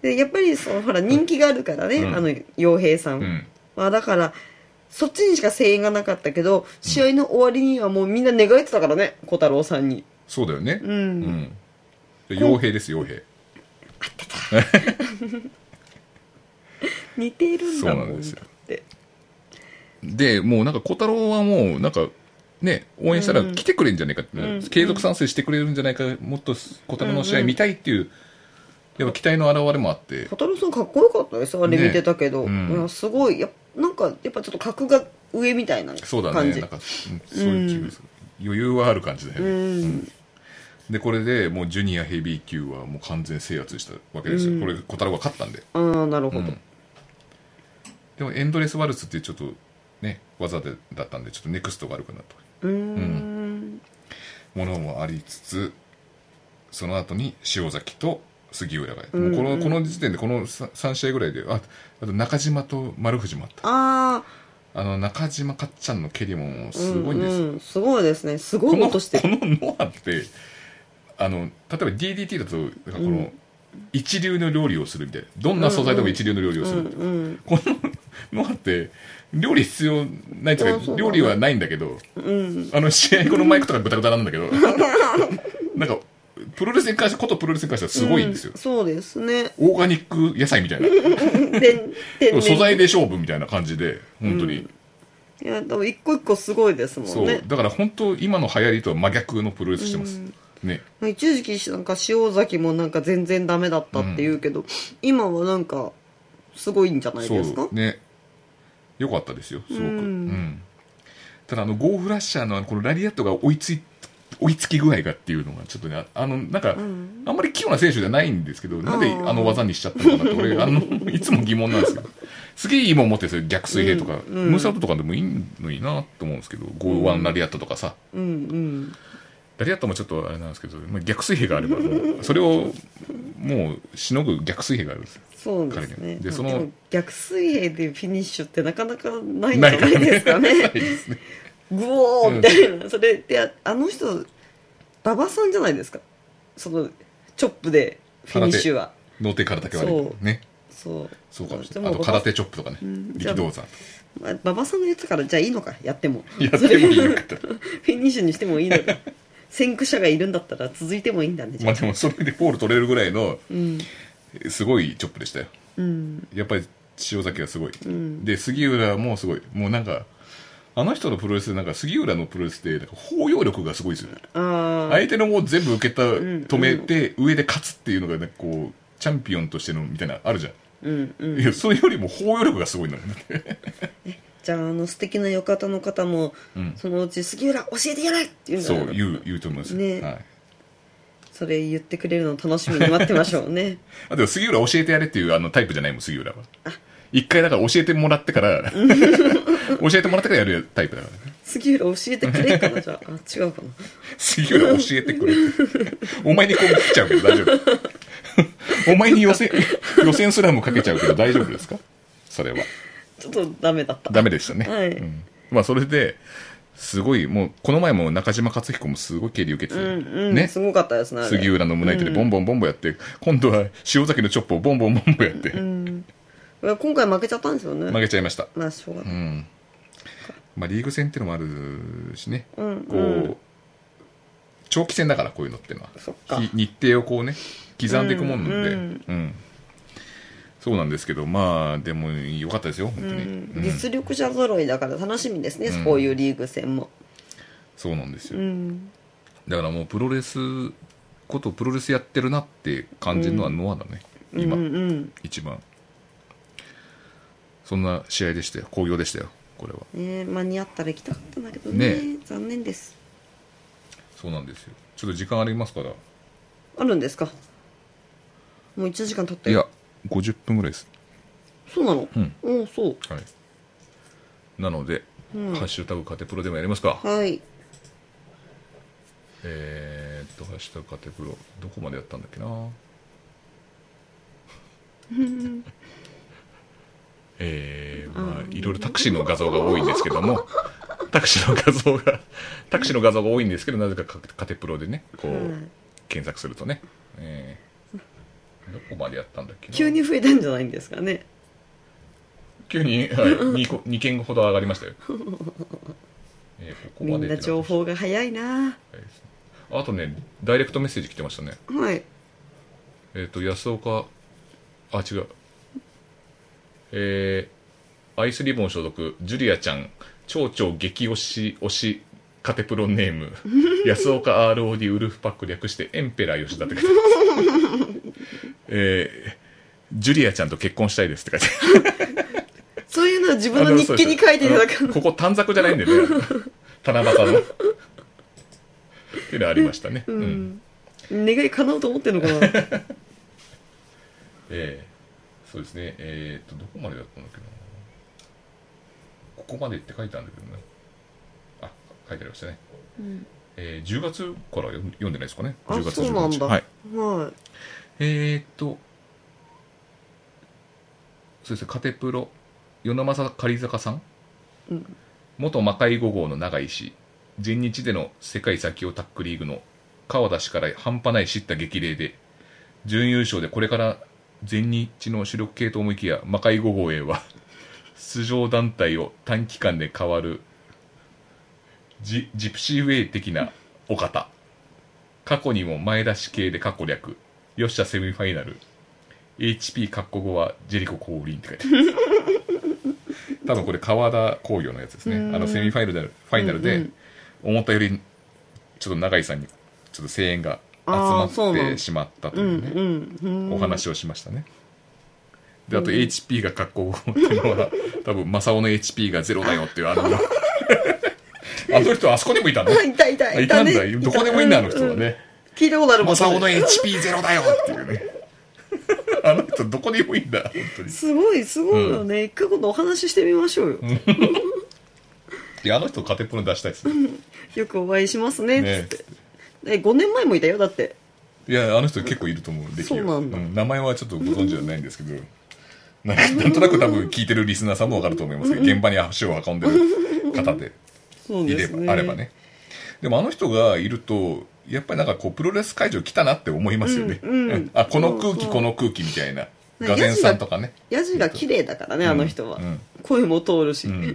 S3: でやっぱりそのほら人気があるからね、
S2: うん
S3: あの傭兵さん、
S2: うん。
S3: まあだからそっちにしか声援がなかったけど試合の終わりにはもうみんな願いてたからね小太郎さんに
S2: そうだよね。
S3: う、
S2: うんん。で傭兵です、傭兵。
S3: 似てるんだもん
S2: そうなんですよ
S3: だって
S2: で、もうなんか小太郎はもう、なんか、ね、応援したら来てくれるんじゃないかって、
S3: んうん
S2: 継続賛成してくれるんじゃないか、もっと小太郎の試合見たいっていう、やっぱ期待の表れもあって、
S3: 小太郎さんかっこよかったですあれ
S2: ね
S3: 見てたけど、
S2: うん
S3: いやすごいやなんかやっぱちょっと格が上みたいな感じ
S2: そうだね、なんか、うんそういう気がする。余裕はある感じだよ
S3: う
S2: ね。
S3: ん
S2: で、これでもうジュニアヘビー級はもう完全制圧したわけですよ。
S3: うん
S2: これ、小太郎が勝ったんで。
S3: ああなるほど、
S2: うんでも、エンドレスワルツっていうちょっと、ね、技でだったんで、ちょっとネクストがあるかなと。
S3: うーん
S2: ものもありつつその後に塩崎と杉浦がやって、
S3: うんうん
S2: もうこのこの時点でこの 3, 試合ぐらいでああと中島と丸藤もあった
S3: ああ
S2: あの中島かっちゃんの蹴りももうすごいんです、
S3: うんうん、すごいですねすごい
S2: この
S3: ことしてる
S2: このノアってあの例えば DDT だとなんかこの、
S3: うん
S2: 一流の料理をするみたいなどんな素材でも一流の料理をする、
S3: うんうん
S2: このノアって料理必要ないと
S3: あ
S2: いう
S3: そうだ
S2: か
S3: ね
S2: 料理はないんだけど
S3: うん
S2: あの試合後のマイクとかぐたぐたなんだけどなんかプロレスに関してことプロレスに関してはすごいんですよ
S3: う、そうですね
S2: オーガニック野菜みたいな
S3: で天然
S2: 素 材で勝負みたいな感じで本当に、
S3: いや多分一個一個すごいですも
S2: そ
S3: ん
S2: う、
S3: ね
S2: だから本当今の流行りとは真逆のプロレスしてます、ね
S3: 一時期なんか塩崎もなんか全然ダメだったって言うけど、今はなんかすごいんじゃない
S2: そ
S3: ですか
S2: うねよかったですよすごく、
S3: う
S2: うんんただあのゴーフラッシャーのあのこのラリアットが追いつい追いつき具合がっていうのがちょっとねああのなんか、
S3: ん
S2: あんまり器用な選手じゃないんですけどなんで
S3: あー
S2: あの技にしちゃったのかなって俺あの いつも疑問なんですよすげえいいもん持ってるんですよ逆水平とか、
S3: うんうん
S2: ムーサルトとかでもいいのになと思うんですけどゴーワンラリアットとかさ、
S3: うんうん
S2: ラリアットもちょっとあれなんですけど、まあ、逆水平があればもうそれをもうしのぐ逆水平があるんですよ
S3: そうです
S2: 彼
S3: ね
S2: ねで
S3: まあ
S2: その
S3: でも逆水平でフィニッシュってなかなかないんじゃないですか ねグオーみたいな、それであの人馬場さんじゃないですかそのチョップでフィニッシュは
S2: 脳天からだけ悪い
S3: そう
S2: ね
S3: そう
S2: そうかもし
S3: で
S2: れない。あと
S3: 馬場
S2: 空手チョップとかね
S3: ん、
S2: 力道山とか。
S3: まあ馬場さんのやつからじゃあいいのかやっても
S2: やってもいいのか
S3: それフィニッシュにしてもいいの か先駆者がいるんだったら続いてもいいんだねじ
S2: ま
S3: ゃ
S2: あ
S3: あ
S2: でもそれでポール取れるぐらいの
S3: うん
S2: すごいチョップでしたよ。
S3: うん
S2: やっぱり塩崎がすごい。
S3: ん
S2: で杉浦もすごい。もうなんかあの人のプロレスでなんか杉浦のプロレスってなんか包容力がすごいですよ。
S3: ああ
S2: 相手のもう全部受けた
S3: ん
S2: 止めて上で勝つっていうのがなんかこうチャンピオンとしてのみたいなのあるじゃん。
S3: うんうん
S2: いやそれよりも包容力がすごいんだもんね。
S3: じゃああの素敵な浴衣の方も、
S2: うん
S3: そのうち杉浦教えてやれって言うんじゃ
S2: そ
S3: ないう
S2: 言う言うと思います。
S3: ね
S2: はい。
S3: それ言ってくれるの楽しみに待ってましょう ね
S2: あ、でも杉浦教えてやれっていうあのタイプじゃないもん、杉浦は。一回だから教えてもらっ てから、教えてもらってからやるタイプだからね。
S3: 杉浦教えてくれかなじゃああ違うかな
S2: 杉浦教えてくれって。お前にこう来ちゃうけど大丈 夫。お前に予選、予選すらもかけちゃうけど大丈夫ですかそれは。
S3: ちょっとダメだった
S2: ダメでしたね。
S3: はい
S2: うんまあそれで、すごい、もう、この前も中島克彦もすごい蹴り受けて
S3: う
S2: たよ、
S3: んうん、
S2: ね
S3: す。ごかったですねあれ
S2: 杉浦の胸板でボンボンボンボンやって、今度は塩崎のチョップをボンボンボンボンやって、
S3: いや今回負けちゃったんですよね
S2: 負けちゃいました。
S3: まあしょうがな
S2: う
S3: い、
S2: んまあ、リーグ戦っていうのもあるしね、
S3: うんうん
S2: こう長期戦だからこういうのってのは
S3: そっか
S2: ひ日程をこうね刻んでいくもんなんで、
S3: う
S2: うんんそうなんですけどまあでも良かったですよ本当に、
S3: う、
S2: うんん
S3: 実力者揃いだから楽しみですね、
S2: うん
S3: こういうリーグ戦も、
S2: そうなんですよ、
S3: うん、
S2: だからもうプロレスことプロレスやってるなって感じるのはノアだね、今、
S3: うんうん
S2: 一番そんな試合でしたよ興行でしたよこれは
S3: ね、間に合ったら行きたかったんだけどね
S2: ね
S3: 残念です
S2: そうなんですよちょっと時間ありますから
S3: あるんですかもう1時間経った
S2: い
S3: よ
S2: や50分ぐらいです
S3: そうなの
S2: うん
S3: おうそう
S2: はい、なので、ハッシュタグカテプロでもやりますか、
S3: はい
S2: えーっとハッシュタグカテプロどこまでやったんだっ けなえーまあいろいろタクシーの画像が多いんですけどもタクシーの画像 が、タクシーの画像が多いんですけど、なぜかカカテプロでね、こう、
S3: はい
S2: 検索するとね。えーどこまでやったんだっけな
S3: 急に増えたんじゃないんですかね
S2: 急に、はい、2, 個2件ほど上がりましたよ。えーここ
S3: み
S2: ま
S3: んな
S2: でってなってま
S3: 情
S2: した
S3: 報が早いな
S2: あとね、ダイレクトメッセージ来てましたね。
S3: はい
S2: えっ、と、安岡、あ、違う。えー、アイスリボン所属、ジュリアちゃん、蝶々激推し、推し、カテプロネ ーム、安岡 ROD ウルフパック略してエンペラー吉田って書い てます。えー、ジュリアちゃんと結婚したいですって書いて
S3: そういうのは自分
S2: あ
S3: の
S2: の
S3: 日記に書いていただか
S2: そ
S3: な
S2: うですあのここ短冊じゃない んでね七夕のっていうのはありましたね、
S3: う
S2: うん
S3: ん願い叶うと思ってんのかな
S2: ええそうですねえー、っとどこまでだったんだっけなここまでって書いてあるんだけどねあ書いてありましたね、えー、10月から読ん読んでないですかね
S3: あ
S2: 10月
S3: そうなんだ
S2: 15日はい
S3: は
S2: えー、っとそうですねカテプロ与那政狩坂さん
S3: いうん
S2: 元魔界5号の永井氏全日での世界先をタックリーグの川田氏から半端ない叱咤激励で準優勝でこれから全日の主力系と思いきや魔界5号へは 出場団体を短期間で変わるジジプシーウェイ的なお方過去にも前出し系で過去略よっしゃセミファイナル HP 括弧後はジェリコ降臨って書いてある多分これ川田工業のやつですね
S3: うん
S2: あのセミファイナルファイナル
S3: うん
S2: で
S3: うん
S2: 思ったよりちょっと永井さんにちょっと声援が集ま
S3: あーそう
S2: っ
S3: なん
S2: てしまった
S3: う
S2: とい
S3: ん
S2: うね
S3: うんうん
S2: お話をしましたね。で、あと HP が格好っていうの は、多分、正雄の HP がゼロだよっていう、あの、あの人、あそこにもいたの
S3: あいたいた
S2: いたんだ
S3: ね
S2: よ。どこでもいいんだ、あの人は
S3: うんうん
S2: ね。
S3: 聞いたことあるもん
S2: 正雄の HP ゼロだよっていうね。あの人、どこでもいいんだ、本当に。
S3: すごいすごいよね一回今度お話ししてみましょうよ
S2: で、あの人、カテプロに出したいですね。
S3: よくお会いしますね
S2: ね
S3: っつってえ5年前もいたよだって
S2: いや、あの人結構いると思う、でき
S3: そうなんだ
S2: 名前はちょっとご存知じゃないんですけど、なんかなんとなく多分聞いてるリスナーさんもわかると思いますけど、現場に足を運んでる方で。
S3: そう
S2: い
S3: で
S2: れ
S3: す
S2: ば、あればねでもあの人がいるとやっぱりなんかこうプロレス会場来たなって思いますよね、
S3: うんうん
S2: あこの
S3: そ
S2: 空
S3: う
S2: 気
S3: そう
S2: この空気みたいな
S3: ね
S2: 俄然さんとかね
S3: ヤジが綺麗だからねあの人は
S2: うんうん
S3: 声も通るし
S2: うん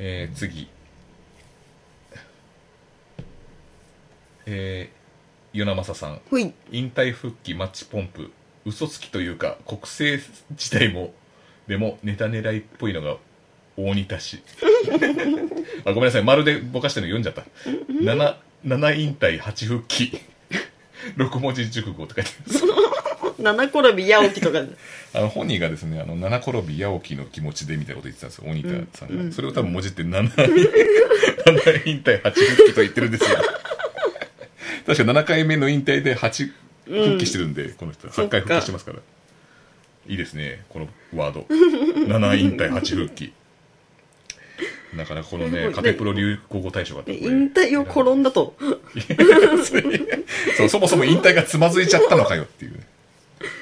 S2: えー次えー、与那政さん
S3: ほい
S2: 引退復帰マッチポンプ嘘つきというか国政自体もでもネタ狙いっぽいのが大似たし あごめんなさいまるでぼかしてるの読んじゃった7 7引退8復帰6文字熟語って書いてありま
S3: 七転び八起きと か
S2: すあの本人がですね「あの七転び八起きの気持ちで」みたいなこと言ってたんですよ大仁田さんが、
S3: うんうん
S2: それを多分文字って7 7引退8復帰と言ってるんですよ確か7回目の引退で8復帰してるんで、この人は
S3: そっ
S2: 8
S3: か
S2: 回復帰してますからいいですねこのワード7引退8復帰なかなかこの
S3: すごい
S2: ね
S3: ね
S2: カテプロ流行語大賞があって
S3: ね
S2: これ
S3: 引退を転んだと
S2: そうそもそも引退がつまずいちゃったのかよっていうね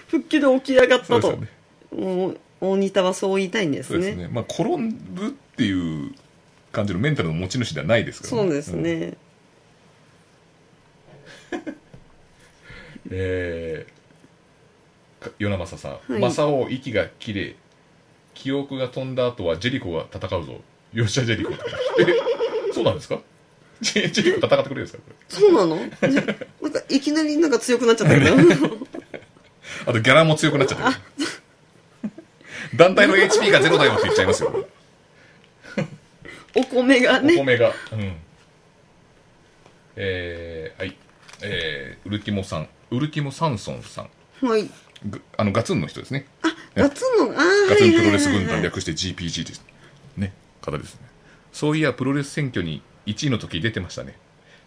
S3: 復帰で起き上がっ
S2: そう
S3: た
S2: です
S3: と
S2: よね
S3: もう大仁田はそう言いたいんで
S2: そ
S3: す
S2: うです
S3: ね
S2: ねまあ転ぶっていう感じのメンタルの持ち主ではないですから
S3: そうですね
S2: えー、与那政さん、
S3: はい
S2: 正雄息が綺麗記憶が飛んだ後はジェリコが戦うぞよっしゃジェリコえそうなんですかジェジェリコ戦ってくれるんですかこ
S3: そうなのじゃなんかいきなりなんか強くなっちゃったけ ど
S2: れあとギャラも強くなっちゃってる団体の HP がゼロだよって言っちゃいますよ
S3: お米が
S2: お
S3: ね
S2: 米が、うんえー、はいえー、ウルティモさんウルティモ・サンソンフさん
S3: はい
S2: ぐあのガツンの人ですね
S3: ガツンのあー
S2: ガツンプロレス
S3: はいはい
S2: 軍
S3: はいはい
S2: 団略して GPG です。ね、方ですね。そういや、プロレス選挙に1位の時出てましたね。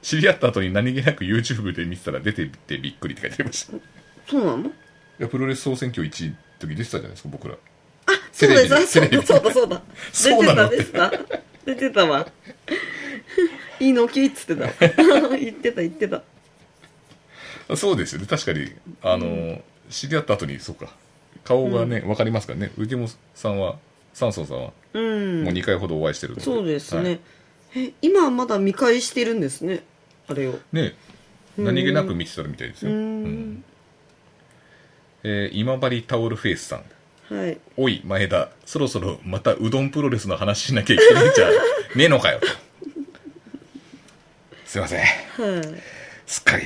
S2: 知り合った後に何気なく YouTube で見てたら出てってびっくりって書いてありました。い
S3: そうなの
S2: や、プロレス総選挙1位の時出てたじゃないですか、僕ら。
S3: そうですあ
S2: テ
S3: そ
S2: レビ
S3: う
S2: で
S3: そうだそうだ
S2: そうなの
S3: 出てた出てた出てたわいいのきっつってた 言ってた言ってた
S2: あそうですよね、確かに。あの、知り合った後に、そうか。顔がね、わ、かりますからね。ウルティモさんはサンソンさんは
S3: うん
S2: もう2回ほどお会いしてるの
S3: そうです
S2: はい
S3: ね、え今はまだ見返してるんですねあれを
S2: ね何気なく見てたみたいです
S3: う
S2: よ、
S3: ん
S2: えー今治タオルフェイスさん
S3: はい
S2: 「おい前田そろそろまたうどんプロレスの話しなきゃいけないんじ ゃねえのかよ」とすいません
S3: はい
S2: すっかり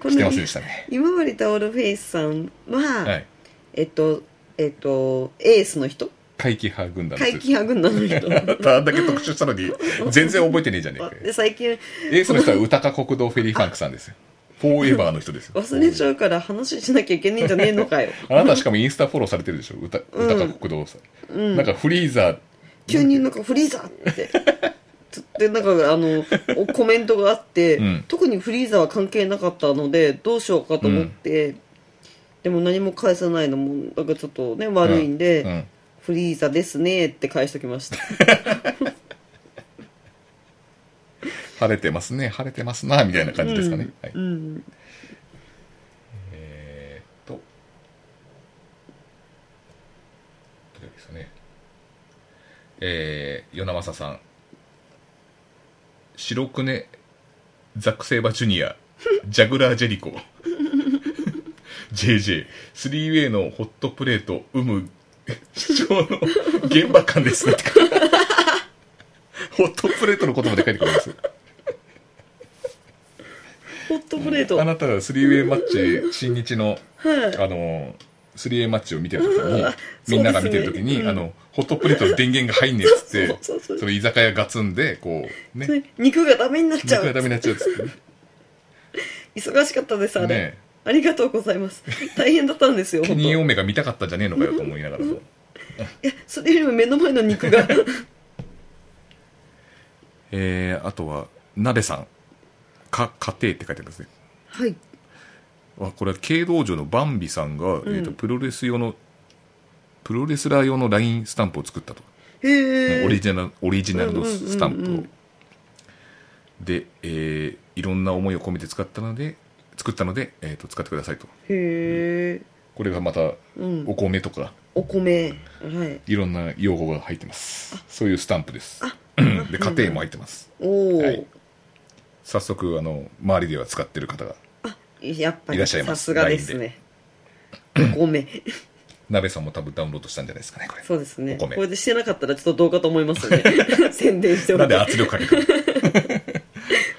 S3: こ
S2: して
S3: の
S2: ませんでしたね
S3: 今治タオルフェイスさんは、
S2: はい
S3: えっとえっとエースの人
S2: 怪奇派軍団
S3: 怪
S2: です
S3: 奇派軍団の 人
S2: あんだけ特集したのに全然覚えてねえじゃねえかよ
S3: で最近
S2: エースの人は歌か国道フェリーファンクさんですよフォーエバーの人ですよ
S3: 忘れちゃうから話しなきゃいけないんじゃねえのかよ
S2: あなたしかもインスタフォローされてるでしょ歌歌か国道さ、ん、なんかフリーザー
S3: 急になんかフリーザーってつってなんかあのおコメントがあって、
S2: うん
S3: 特にフリーザーは関係なかったのでどうしようかと思って、でも何も返さないのもなんかちょっとね悪いんで、
S2: うんうん
S3: フリーザですねって返しときました
S2: 晴れてますね晴れてますなみたいな感じですかね、はい
S3: うん
S2: えー、っとどれですかねえー、与那正さん白くねザック・セイバージュニアジャグラー・ジェリコ JJ スリーウェイのホットプレート有無主張の現場感 ですねってホットプレートの言葉で書いてくれます
S3: ホットプレート、
S2: あなたが 3way マッチ新日の、
S3: はい
S2: あの 3way マッチを見てる時に、
S3: うん
S2: みんなが見てる時
S3: そ
S2: に、
S3: うですね
S2: あのホットプレートの電源が入んねえっつっ て
S3: そうそうそうそう
S2: の居酒屋ガツンでこうね
S3: それ肉がダメになっちゃ
S2: 肉が
S3: う
S2: ダメになっちゃうっつってね
S3: 忙しかったですあれ、
S2: ね
S3: ありがとうございます大変だったんですよ
S2: ケ
S3: 本当
S2: ニー・オ
S3: い
S2: メが見たかったじゃねえのかよと思いなが らも
S3: やそれよりも目の前の肉が
S2: えー、あとは鍋さん「か家庭」って書いてあるんですね
S3: はい
S2: あこれは軽道場のバンビさんが、えーと
S3: うん
S2: プロレス用のプロレスラー用の LINE スタンプを作ったと
S3: へえ
S2: オリジナルオリジナルのスタンプ
S3: う
S2: を、
S3: んうんうんうん
S2: で、えーいろんな思いを込めて使ったので作ったので、えー、と使ってくださいと
S3: へえ
S2: これがまた
S3: うん
S2: お米とか
S3: お米はい
S2: いろんな用語が入ってますそういうスタンプです
S3: あ
S2: で家庭も入ってます
S3: おお、
S2: はい早速あの周りでは使ってる方が
S3: やっぱ
S2: いら
S3: り
S2: っしゃいま
S3: さ
S2: す
S3: すがですねお米
S2: 鍋さんも多分ダウンロードしたんじゃないですかねこれ
S3: そうですね
S2: お米
S3: これでしてなかったらちょっとどうかと思います ね宣伝してお
S2: なん
S3: い
S2: で
S3: て
S2: 圧力かけてる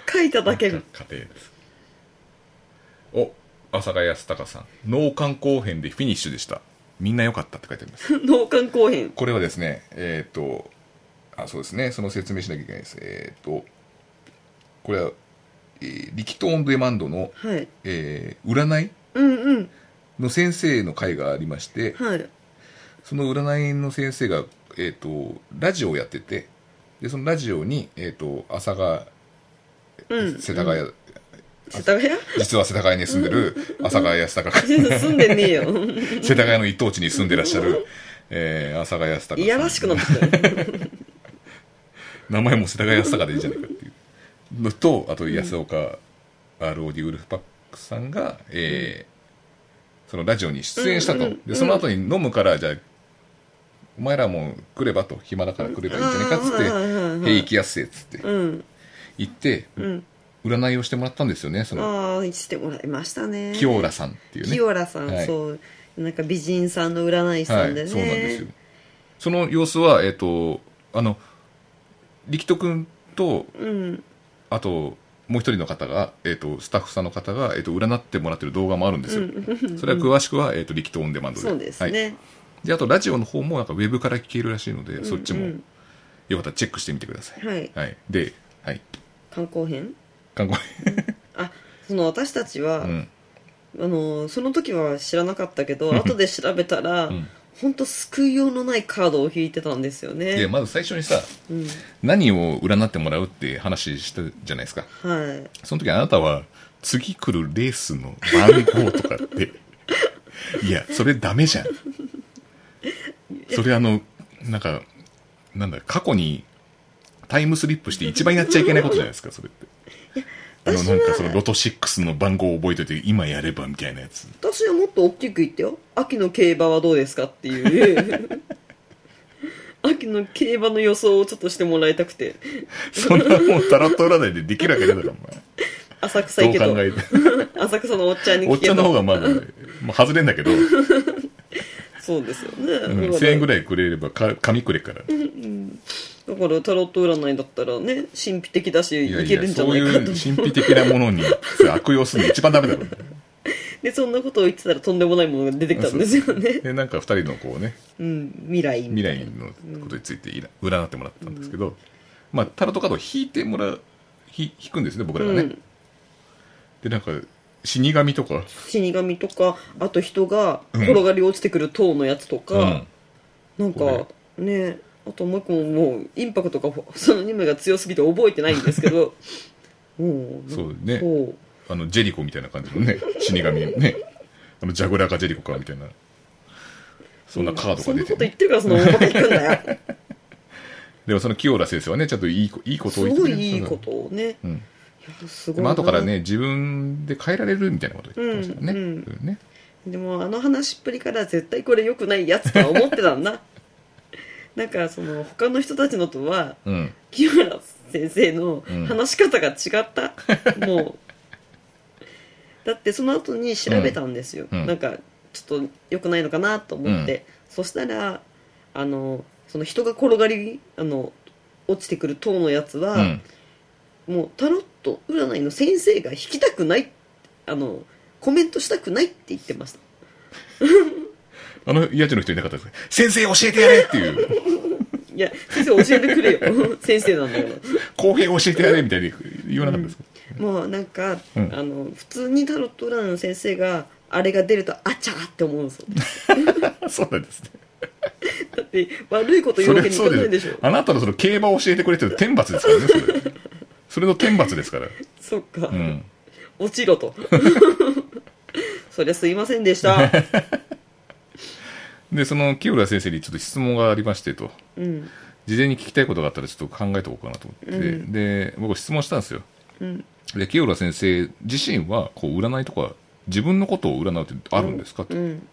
S3: 書いただけ
S2: 家
S3: が
S2: 庭ですお朝賀康隆さん「脳幹後編でフィニッシュでしたみんな良かった」って書いてあります
S3: 脳幹後編
S2: これはですね、えーっ、と、あ、そうですね、その説明しなきゃいけないです。えーっ、と、これは、えーリキッドオンデマンドの、
S3: はい
S2: えー占い
S3: うんうん
S2: の先生の会がありまして、
S3: はい
S2: その占いの先生が、えーっ、と、ラジオをやってて、で、そのラジオに、えーっ、と、朝が、
S3: うん
S2: 世田谷、
S3: 世田谷
S2: 実は世田谷に住んでる朝川康隆君、
S3: 住んでねえ よ
S2: 世田谷の一等地に住んでらっしゃる、えー、朝川康隆さん
S3: いやらしくなってきたよ
S2: 名前も世田谷安坂でいいじゃないかっていうのとあと安岡 ROD ウルフパックさんが、えーそのラジオに出演したと、
S3: うんうんうん
S2: でその後に飲むからじゃあお前らも来ればと暇だから来ればいいんじゃないかっつ
S3: あーはいはい
S2: っ
S3: は
S2: て「
S3: い
S2: へい行きやすい」っつって
S3: うん
S2: 行って
S3: うん
S2: 占いをしてもらったんですよねそ
S3: あ
S2: の
S3: あしてもらいましたね
S2: 清良さんっていうね
S3: 清原さん、
S2: はい
S3: そうなんか美人さんの占い師
S2: は
S3: さんでね、
S2: い、そうなんですよその様子はえっ、とあの力人君と
S3: うん
S2: あと、もう一人の方が、えっ、と、スタッフさんの方が、えっ、と、占ってもらってる動画もあるんですよ。それは詳しくは、えっ、と、力投オンデマンドで。
S3: そうです
S2: はい。
S3: ね、
S2: で、あと、ラジオの方も、なんか、ウェブから聞けるらしいので、そっち
S3: う
S2: も
S3: ん、
S2: よかったらチェックしてみてください。
S3: はい
S2: はい。で、はい。
S3: 観光編
S2: 看護
S3: あその私たちは、
S2: うん。
S3: あのその時は知らなかったけど後で調べたら、
S2: ん
S3: 本当救いようのないカードを引いてたんですよ
S2: で、
S3: ね、
S2: まず最初にさ、
S3: うん、
S2: 何を占ってもらうって話したじゃないですか。
S3: はい
S2: その時あなたは、次来るレースの番号とかって、 いや、それダメじゃん。それあの、なんか、なんだ、過去にタイムスリップして一番やっちゃいけないことじゃないですか、それって。あの、
S3: 私
S2: な
S3: は
S2: んかその、ロト6の番号を覚えてて、今やればみたいなやつ。
S3: 私はもっと大きく言ってよ秋の競馬はどうですかっていう秋の競馬の予想をちょっとしてもらいたくて
S2: そんなもうタロット占いでできるわけないだろお
S3: 浅草行
S2: 前
S3: け
S2: どう考
S3: と
S2: えて
S3: 浅草のおっちゃんに
S2: お
S3: 聞
S2: っ
S3: け
S2: ちゃんの方
S3: と
S2: がまだ、まあ、外れんだけど、
S3: そうですよね、
S2: う、
S3: うんん、だか
S2: 1000円ぐらいくれればか紙くれから
S3: らタロット占いだったらね神秘的だし
S2: いや
S3: い
S2: い
S3: ける
S2: や
S3: んじゃ
S2: そう
S3: ないいかと
S2: う神秘的なものに悪用するの一番ダメだろ
S3: でそんなことを言ってたらとんでもないものが出てきたんですよね
S2: でなんか2人のこうね
S3: うん未来
S2: 未来のことについていら占ってもらったんですけど、まあタロットカードを引いてもらうひ引くんですね僕らがね、
S3: うん
S2: でなんか死神とか、
S3: 死神とかあと人が転がり落ちてくる塔のやつとか、なんか
S2: こ
S3: ねあともう一個ももうインパクトがその2枚が強すぎて覚えてないんですけ どもう
S2: そうね
S3: そう
S2: あのジェリコみたいな感じのね死神ねあのジャグラーかジェリコかみたいなそんなカードが出
S3: そんなこと
S2: て、
S3: 言ってるからその大股行くんだよ
S2: でもその清原先生はねちゃんといい こいいことを
S3: す
S2: 言って
S3: ご
S2: ね
S3: いいいことをねい
S2: うんうん
S3: やすご
S2: で
S3: い
S2: も
S3: な
S2: 後からね自分で変えられるみたいなことを言ってましたね,、
S3: うんうん
S2: そうね
S3: でもあの話っぷりから絶対これ良くないやつとは思ってたんだ なんかその他の人たちのとは
S2: うん
S3: 清原先生の
S2: うん
S3: 話し方が違った、もうだってその後に調べたんですよ、
S2: うん
S3: なんかちょっと良くないのかなと思って、そしたらあのその人が転がりあの落ちてくる塔のやつは、
S2: うん
S3: もうタロット占いの先生が引きたくないあのコメントしたくないって言ってました
S2: あの家賃の人いなかったですね先生教えてやれっていう
S3: いや先生教えてくれよ 先生なんだから
S2: 公平教えてやれみたいに言わなかったですか、
S3: もうなんか、
S2: うん
S3: あの普通にタロット占いの先生があれが出るとあちゃーって思うんですよ
S2: そうなんですね
S3: だって悪いこと言うわけにいかないでしょ
S2: それはそうですあなたのその競馬を教えてくれっていうのは天罰ですからねそれそれの天罰ですから
S3: そっか、
S2: うん
S3: 落ちろと そりゃすいませんで した
S2: でその清浦先生にちょっと質問がありましてと
S3: うん
S2: 事前に聞きたいことがあったらちょっと考えておこうかなと思って、
S3: うん
S2: で僕質問したんですよ
S3: うん
S2: で清浦先生自身はこう占いとか自分のことを占うってあるんですかって、
S3: うん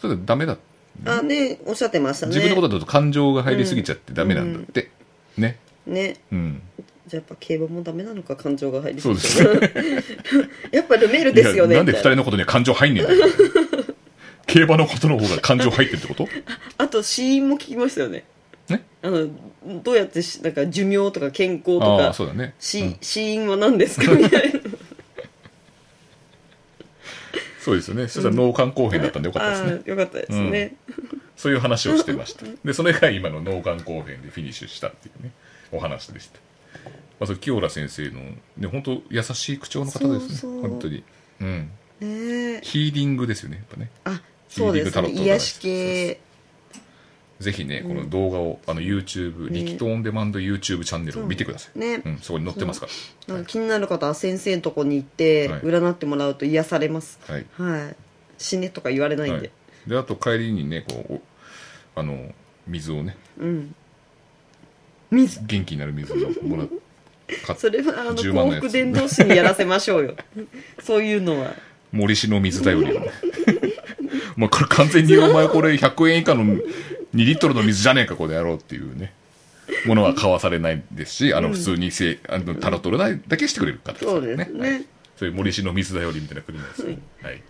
S2: それはダメだ
S3: あねおっしゃってましたね
S2: 自分のことだと感情が入りすぎちゃってダメなんだって、ね
S3: ね
S2: うん
S3: じゃあやっぱ競馬もダメなのか感情が入り
S2: そう
S3: す
S2: で
S3: ぎて
S2: すね
S3: やっぱルメールですよね
S2: いやなんで
S3: み
S2: 二
S3: たいな
S2: 人のことには感情入んねえんだよ 競馬のことの方が感情入ってるってこと
S3: あと死因も聞きましたよね
S2: ね
S3: あのどうやってしなんか寿命とか健康と
S2: ああ
S3: か
S2: そうだね
S3: 死,、
S2: うん
S3: 死因は何ですかみたいな
S2: そうですよねそしたら脳幹後編だったんでよかったですね、
S3: ああよかったですね、
S2: そういう話をしてましたでそれが今の脳幹後編でフィニッシュしたっていうねお話でした、まあ、それ清原先生のね本当優しい口調の方です
S3: そ
S2: ね
S3: うそう
S2: 本当にうん
S3: ねえ
S2: ヒーリングですよねやっぱね
S3: あそうですね
S2: ヒーリングタロットの話
S3: 癒し系
S2: ぜひねこの動画を、あの YouTube
S3: ね
S2: 力投オンデマンド YouTube チャンネルを見てください
S3: ね
S2: うん、そこに載ってますか
S3: なんか気になる方は先生のとこに行って
S2: はい
S3: 占ってもらうと癒されます
S2: らはい
S3: はい死ねとか言われないんで、
S2: はい、であと帰りにねこうおあの水をね
S3: うん水
S2: 元気になる水をもらっ買 っ
S3: それはあの
S2: 10万
S3: 幸
S2: のやつ
S3: 福伝道師にやらせましょ うよそういうのは
S2: 森氏の 水頼りをねまあこれ完全にお前これ100円以下の2リットルの水じゃねえかこれやろうっていうねものは買わされないですしあの普通にせ、あのタロット占いだけしてくれる方ですか
S3: そ
S2: ら
S3: うですね
S2: はいそういう森氏の水頼りみたいな国なんですよ、はい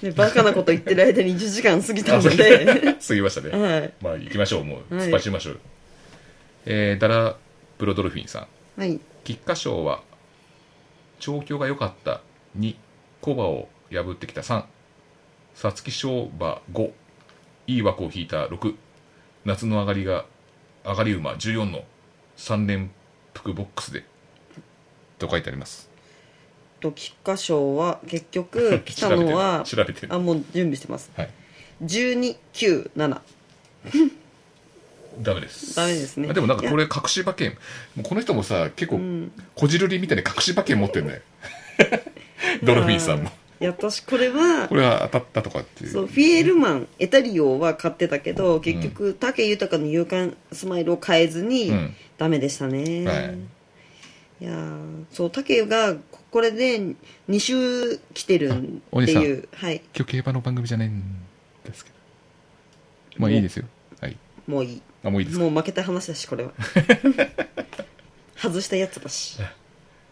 S3: ねバカなこと言ってる間に1時間過ぎたので
S2: 過ぎましたね、
S3: はい
S2: まあ行きましょうもう
S3: はい
S2: 突っ走りましょう、えー、ダラプロドルフィンさん
S3: はい
S2: 菊花賞は調教が良かった2コバを破ってきた3皐月賞馬5いい枠を引いた6夏の上がりが上がり馬14の3連複ボックスでと書いてあります
S3: と菊花賞は結局 来たのは
S2: 調べてる調べてる
S3: あもう準備してます
S2: はい
S3: 1297
S2: ダメです
S3: ダメですね
S2: あでもなんかこれ隠し馬券もうこの人もさ結構こじるりみたいな隠し馬券持ってんだよ ドルフィンさんも
S3: いや私これは
S2: これは当たったとかっていう
S3: そうフィエルマンエタリオは買ってたけど結局武豊の勇敢スマイルを変えずに、
S2: うん
S3: ダメでしたね、
S2: はい
S3: い、やーそう武がここれで2週来てるん
S2: あお
S3: っ
S2: 兄
S3: て
S2: さん
S3: いうはい
S2: 今日競馬の番組じゃないんですけどまあいいですよはい
S3: もういい
S2: あもういいですか
S3: もう負けた話だしこれ は外したやつだし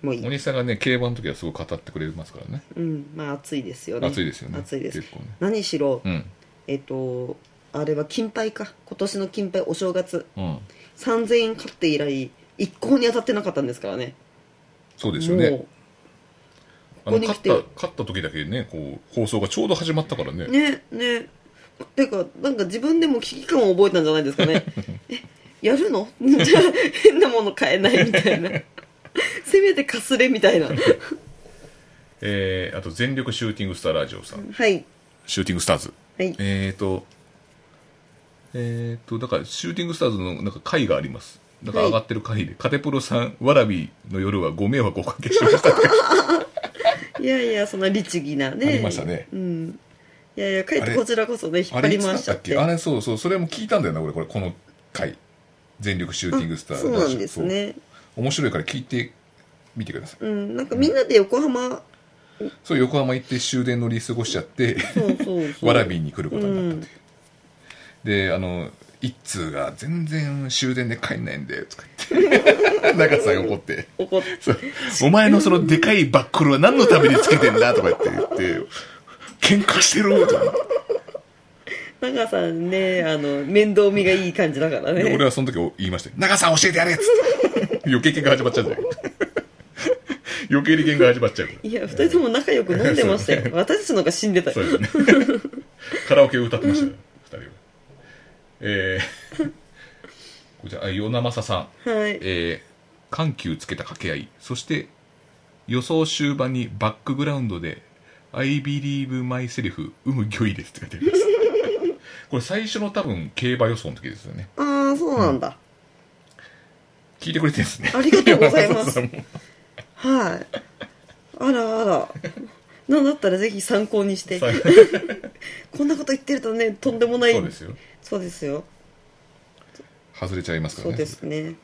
S3: もういい
S2: 大西さんがね競馬の時はすごい語ってくれますからね
S3: うんまあ暑いですよね
S2: 熱いですよね
S3: 暑いです
S2: 結構ね
S3: 何しろ、
S2: うん
S3: えっ、とあれは金杯か今年の金杯お正月
S2: うん
S3: 3000円買って以来一向に当たってなかったんですからね
S2: そうですよね
S3: も
S2: あ
S3: ここ
S2: の
S3: に来
S2: 勝ってた勝った時だけねこう放送がちょうど始まったからね
S3: うねねてかなんか自分でも危機感を覚えたんじゃないですか ねえやるの じゃあ変なもの買えないみたいな せめてかすれみ たいなは
S2: えーあと全力シューティングスターラジオさん
S3: い
S2: シューティングスターズ
S3: はい
S2: えーとえーとだからシューティングスターズのなんか回がありますなんか上がってる回で、カテプロさん「わらびの夜はご迷惑をおかけし ました」
S3: いやいやそんな律儀なね
S2: ありましたね
S3: うんいやいやかえっ
S2: あ
S3: て
S2: れ
S3: こちらこそね引っ
S2: あ
S3: 張
S2: れ
S3: り
S2: いつだ
S3: 回し
S2: っ
S3: ちゃ
S2: た
S3: っ
S2: ってけあれそうそうそれも聞いたんだよな俺これこの回全力シューティングスター
S3: そうなんですね
S2: そう面白いから聞いてみてください
S3: うんなんかみんなで横浜
S2: そう横浜行って終電乗り過ごしちゃって
S3: そうそうそう
S2: わらびに来ることになったという、であの一通が全然終電で帰んないんだよとか言 って中さんが怒って
S3: 怒っ
S2: そうお前のそのでかいバックルは何のためにつけてんだとか言って言って喧嘩してるとか
S3: 長さんねあの面倒見がいい感じだから
S2: で
S3: ね
S2: 俺はその時言いましたよ長さん教えてやれっつって余計喧嘩始まっちゃうんだよ余計に喧嘩始まっちゃう
S3: いや二人とも仲良く飲んでました よ私たちの方が死んでたよ
S2: そうですねカラオケを歌ってましたよ2人はえーこちらあ与那政さん
S3: はい
S2: えー緩急つけた掛け合いそして予想終盤にバックグラウンドで「I believe myself うむぎょいです」って書いてあります これ最初の多分競馬予想の時ですよね
S3: ああそうなんだ
S2: 聞いてくれてるんですね
S3: ありがとうござい ます
S2: 与那政さんも
S3: はいあらあらなんだったらぜひ参考にして
S2: 最
S3: こんなこと言ってるとねとんでもない
S2: そうですよ
S3: そうですよ
S2: 外れちゃいますか
S3: そ
S2: ら
S3: う
S2: ね
S3: ですね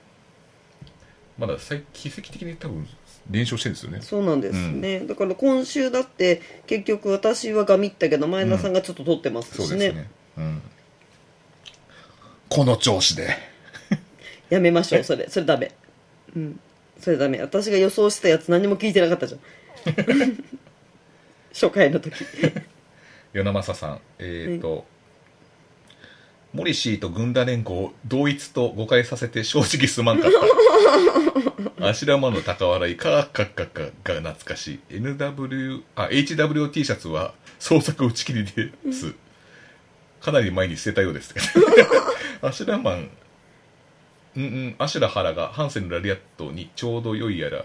S2: まだ最奇跡的に多分連勝してるんですよね
S3: そうなんですね、だから今週だって結局私はガミったけど前田さんがちょっと取ってますし
S2: そう
S3: ね,、
S2: ですねうん、この調子で
S3: やめましょうそれそれダメうんそれダメ私が予想してたやつ何も聞いてなかったじゃん 初回の時
S2: 与那政さんえっ、と、モリシーと軍団連合を同一と誤解させて正直すまんかったあしらまの高笑いカーカッカッカが懐かしい NW あ HWT シャツは創作打ち切りですかなり前に捨てたようですアシュラマンうんうんアシュラハラがハンセンのラリアットにちょうど良いやら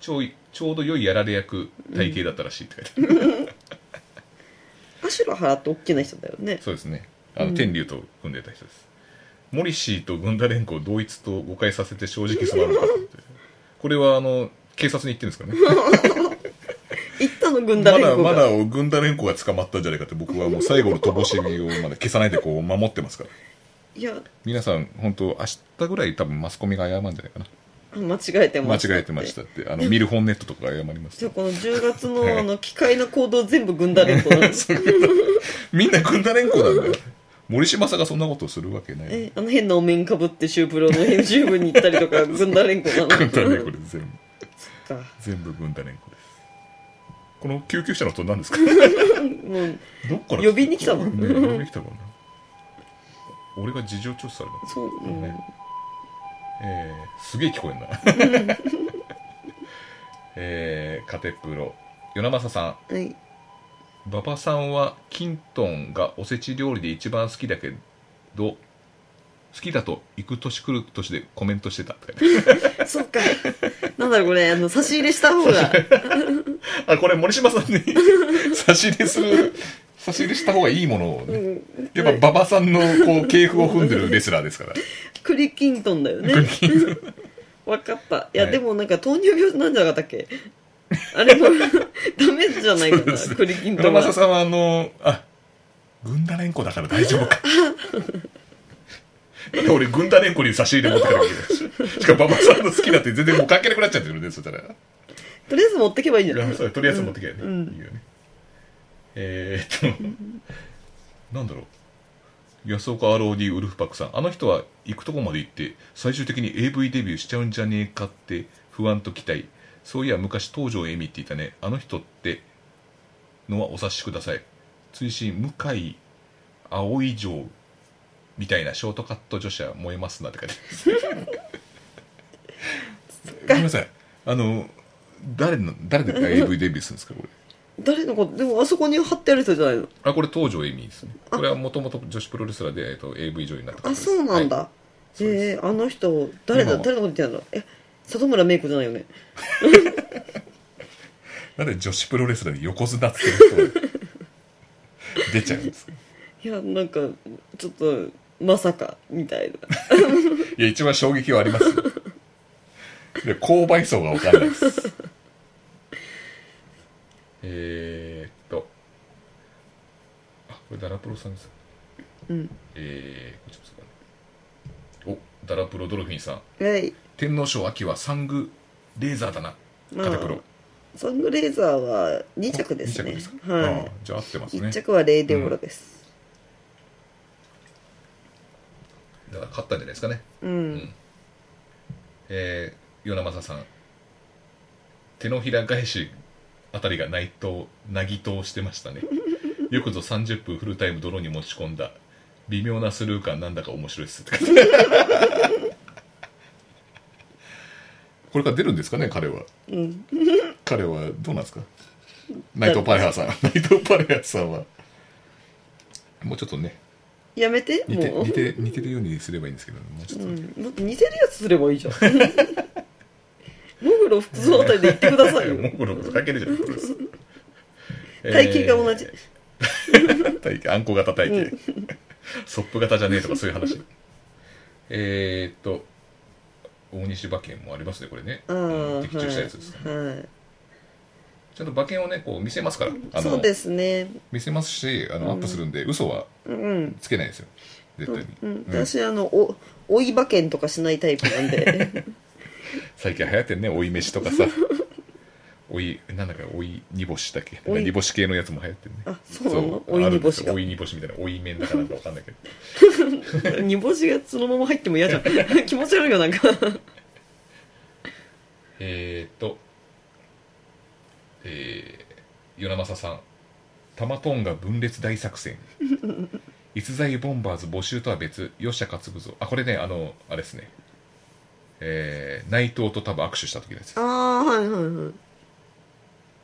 S2: ちょいちょうど良いやられ役体型だったらしいって書いてある
S3: アシュラハラって大きな人だよね
S2: そうですね。あ
S3: うん
S2: の、天竜と組んでた人です。モリシーと軍団連合を同一と誤解させて正直すまんかったって。これは、あの、警察に言ってるんですかね。
S3: 行ったの軍
S2: ま
S3: 団連
S2: だ、
S3: 合が
S2: まだ、軍団連合が捕まったんじゃないかって、僕はもう最後の乏しみをまだ消さないでこう、守ってますから。
S3: いや
S2: 皆さん、本当明日ぐらい多分マスコミが謝るんじゃないかな。
S3: 間違えて
S2: 間
S3: ました
S2: 違えてましたって。あの、ミルホンネットとかが謝ります
S3: じゃあ。この10月のあの奇怪な行動全部軍団連合 なんです
S2: みんな軍団連合なんだよ。森島さんがそんなことをするわけない。
S3: えあの変なお面かぶってシュープロの編集部に行ったりと か軍団連合なの
S2: 軍団連合です、全部。
S3: そっか
S2: 全部軍団連合ですこの救急車の音何ですか
S3: もう
S2: どっから
S3: 呼びに来たの
S2: ね呼びに来たかな俺が事情聴取された
S3: そう、うん
S2: ねえー、すげえ聞こえんな えー、カテプロ与那政さ
S3: はい
S2: ん馬場さんはキントンがおせち料理で一番好きだけど好きだと行く年来る年でコメントし てたって書いてある
S3: そっかなんだろうこれあの差し入れした方 が
S2: あこれ森島さん に差し入れする差し入れした方がいいものをね、
S3: うん
S2: やっぱ馬場さんのこう系譜を踏んでるレスラーですから。
S3: クリキントンだよね分かったいや、
S2: はい
S3: でもなんか糖尿病なんじゃなかったっけあれも ダメじゃないかなクリキント
S2: 村
S3: ンは
S2: 正さんはあの、あ、軍団連呼だから大丈 夫か。だって俺、軍団連呼に差し入れ持ってからしかも馬場さんの好きだって全然もう関係なくなっちゃってるね、そしたら。
S3: とりあえず持ってけばいいんじゃない
S2: いやそうとりあえず持ってきゃね、
S3: うんうん
S2: いいよねえーっとなんだろう安岡 ROD ウルフパックさんあの人は行くとこまで行って最終的に AV デビューしちゃうんじゃねえかって不安と期待そういや昔東條恵美っていたねあの人ってのはお察しください追伸向井葵城みたいなショートカット女子は燃えますなって感じです ごめんなさいあの誰の誰で AV デビューするんですかこれ
S3: 誰のことでもあそこに貼ってある人じゃないの
S2: あこれ東條恵美ですねこれはもともと女子プロレスラーで、えっと、AV 女優になった方
S3: あ
S2: です
S3: そうなん
S2: は
S3: だ、
S2: そうで
S3: えー、あの人誰だ
S2: 今は
S3: 誰のこと言ってんだえ里村芽衣子じゃないよね
S2: いなんで女子プロレスラーで横綱っていう人が出ちゃうんですか
S3: いやなんかちょっとまさかみたいない
S2: や一番衝撃はありますよで購買層が分かんないです えーっとあこれダラプロさんです
S3: うん
S2: えー、こっちもそうかねおダラプロドルフィンさん
S3: はい
S2: 天皇賞秋はサングレーザーだな
S3: ま
S2: カ
S3: あ
S2: テプロ
S3: サングレーザーは2着ですね
S2: 2着ですか、ああ
S3: は
S2: じゃあ合ってま
S3: い
S2: すね
S3: 1着はレイデオロです
S2: だから勝ったんじゃないですかね
S3: うん、
S2: えー、与那政さん手のひら返しあたりが内藤なぎとしてま したねよくぞ30分フルタイム泥に持ち込んだ微妙なスルー感なんだか面白い っすこれから出るんですかね彼は、彼はどうなんですか内藤パレ ハさん内藤パレハさんはもうちょっとね
S3: やめて
S2: 似て
S3: もう
S2: 似て似てるようにすればいいんですけど、ね、もうちょっと、
S3: うん、もっと似てるやつすればいいじゃんモグロ服装あたりで言ってくだ さいよ
S2: モグロとかけるじゃないですか。
S3: 体型が同じ、
S2: えー。体型、あんこ型体型。ソップ型じゃねえとかそういう話。えーっと、大西馬券もありますね、これね。
S3: ああ
S2: うん的中したやつです、ね
S3: はい、はい
S2: ちゃんと馬券をね、こう見せますから。あの
S3: そうですね
S2: 見せますし、あのアップするんで、嘘は
S3: うん、
S2: つけないですよ。絶対に。
S3: うん、
S2: うん
S3: 私あのお追い馬券とかしないタイプなん で
S2: 最近流行ってんね、追い飯とかさ。 追い、なんだか、追い煮干しだっけ。
S3: 追い
S2: 煮干し系のやつも流行ってるね。
S3: あそうなの
S2: あ
S3: 追い煮
S2: るんで
S3: 干
S2: す
S3: し
S2: よ
S3: が
S2: 追い煮干しみたいな、追い麺だかなんかわかんないけど。
S3: 煮干しがそのまま入っても嫌じゃ ん気持ち悪いよなんか
S2: えー、っと、えー、与那政さん、玉トンが分裂大 作戦。逸材ボンバーズ募集とは別、よっしゃ勝つぞ。あ、これね、あの、あれですね。えー、内藤と多分握手した時のやつです
S3: あ。あはいはいはい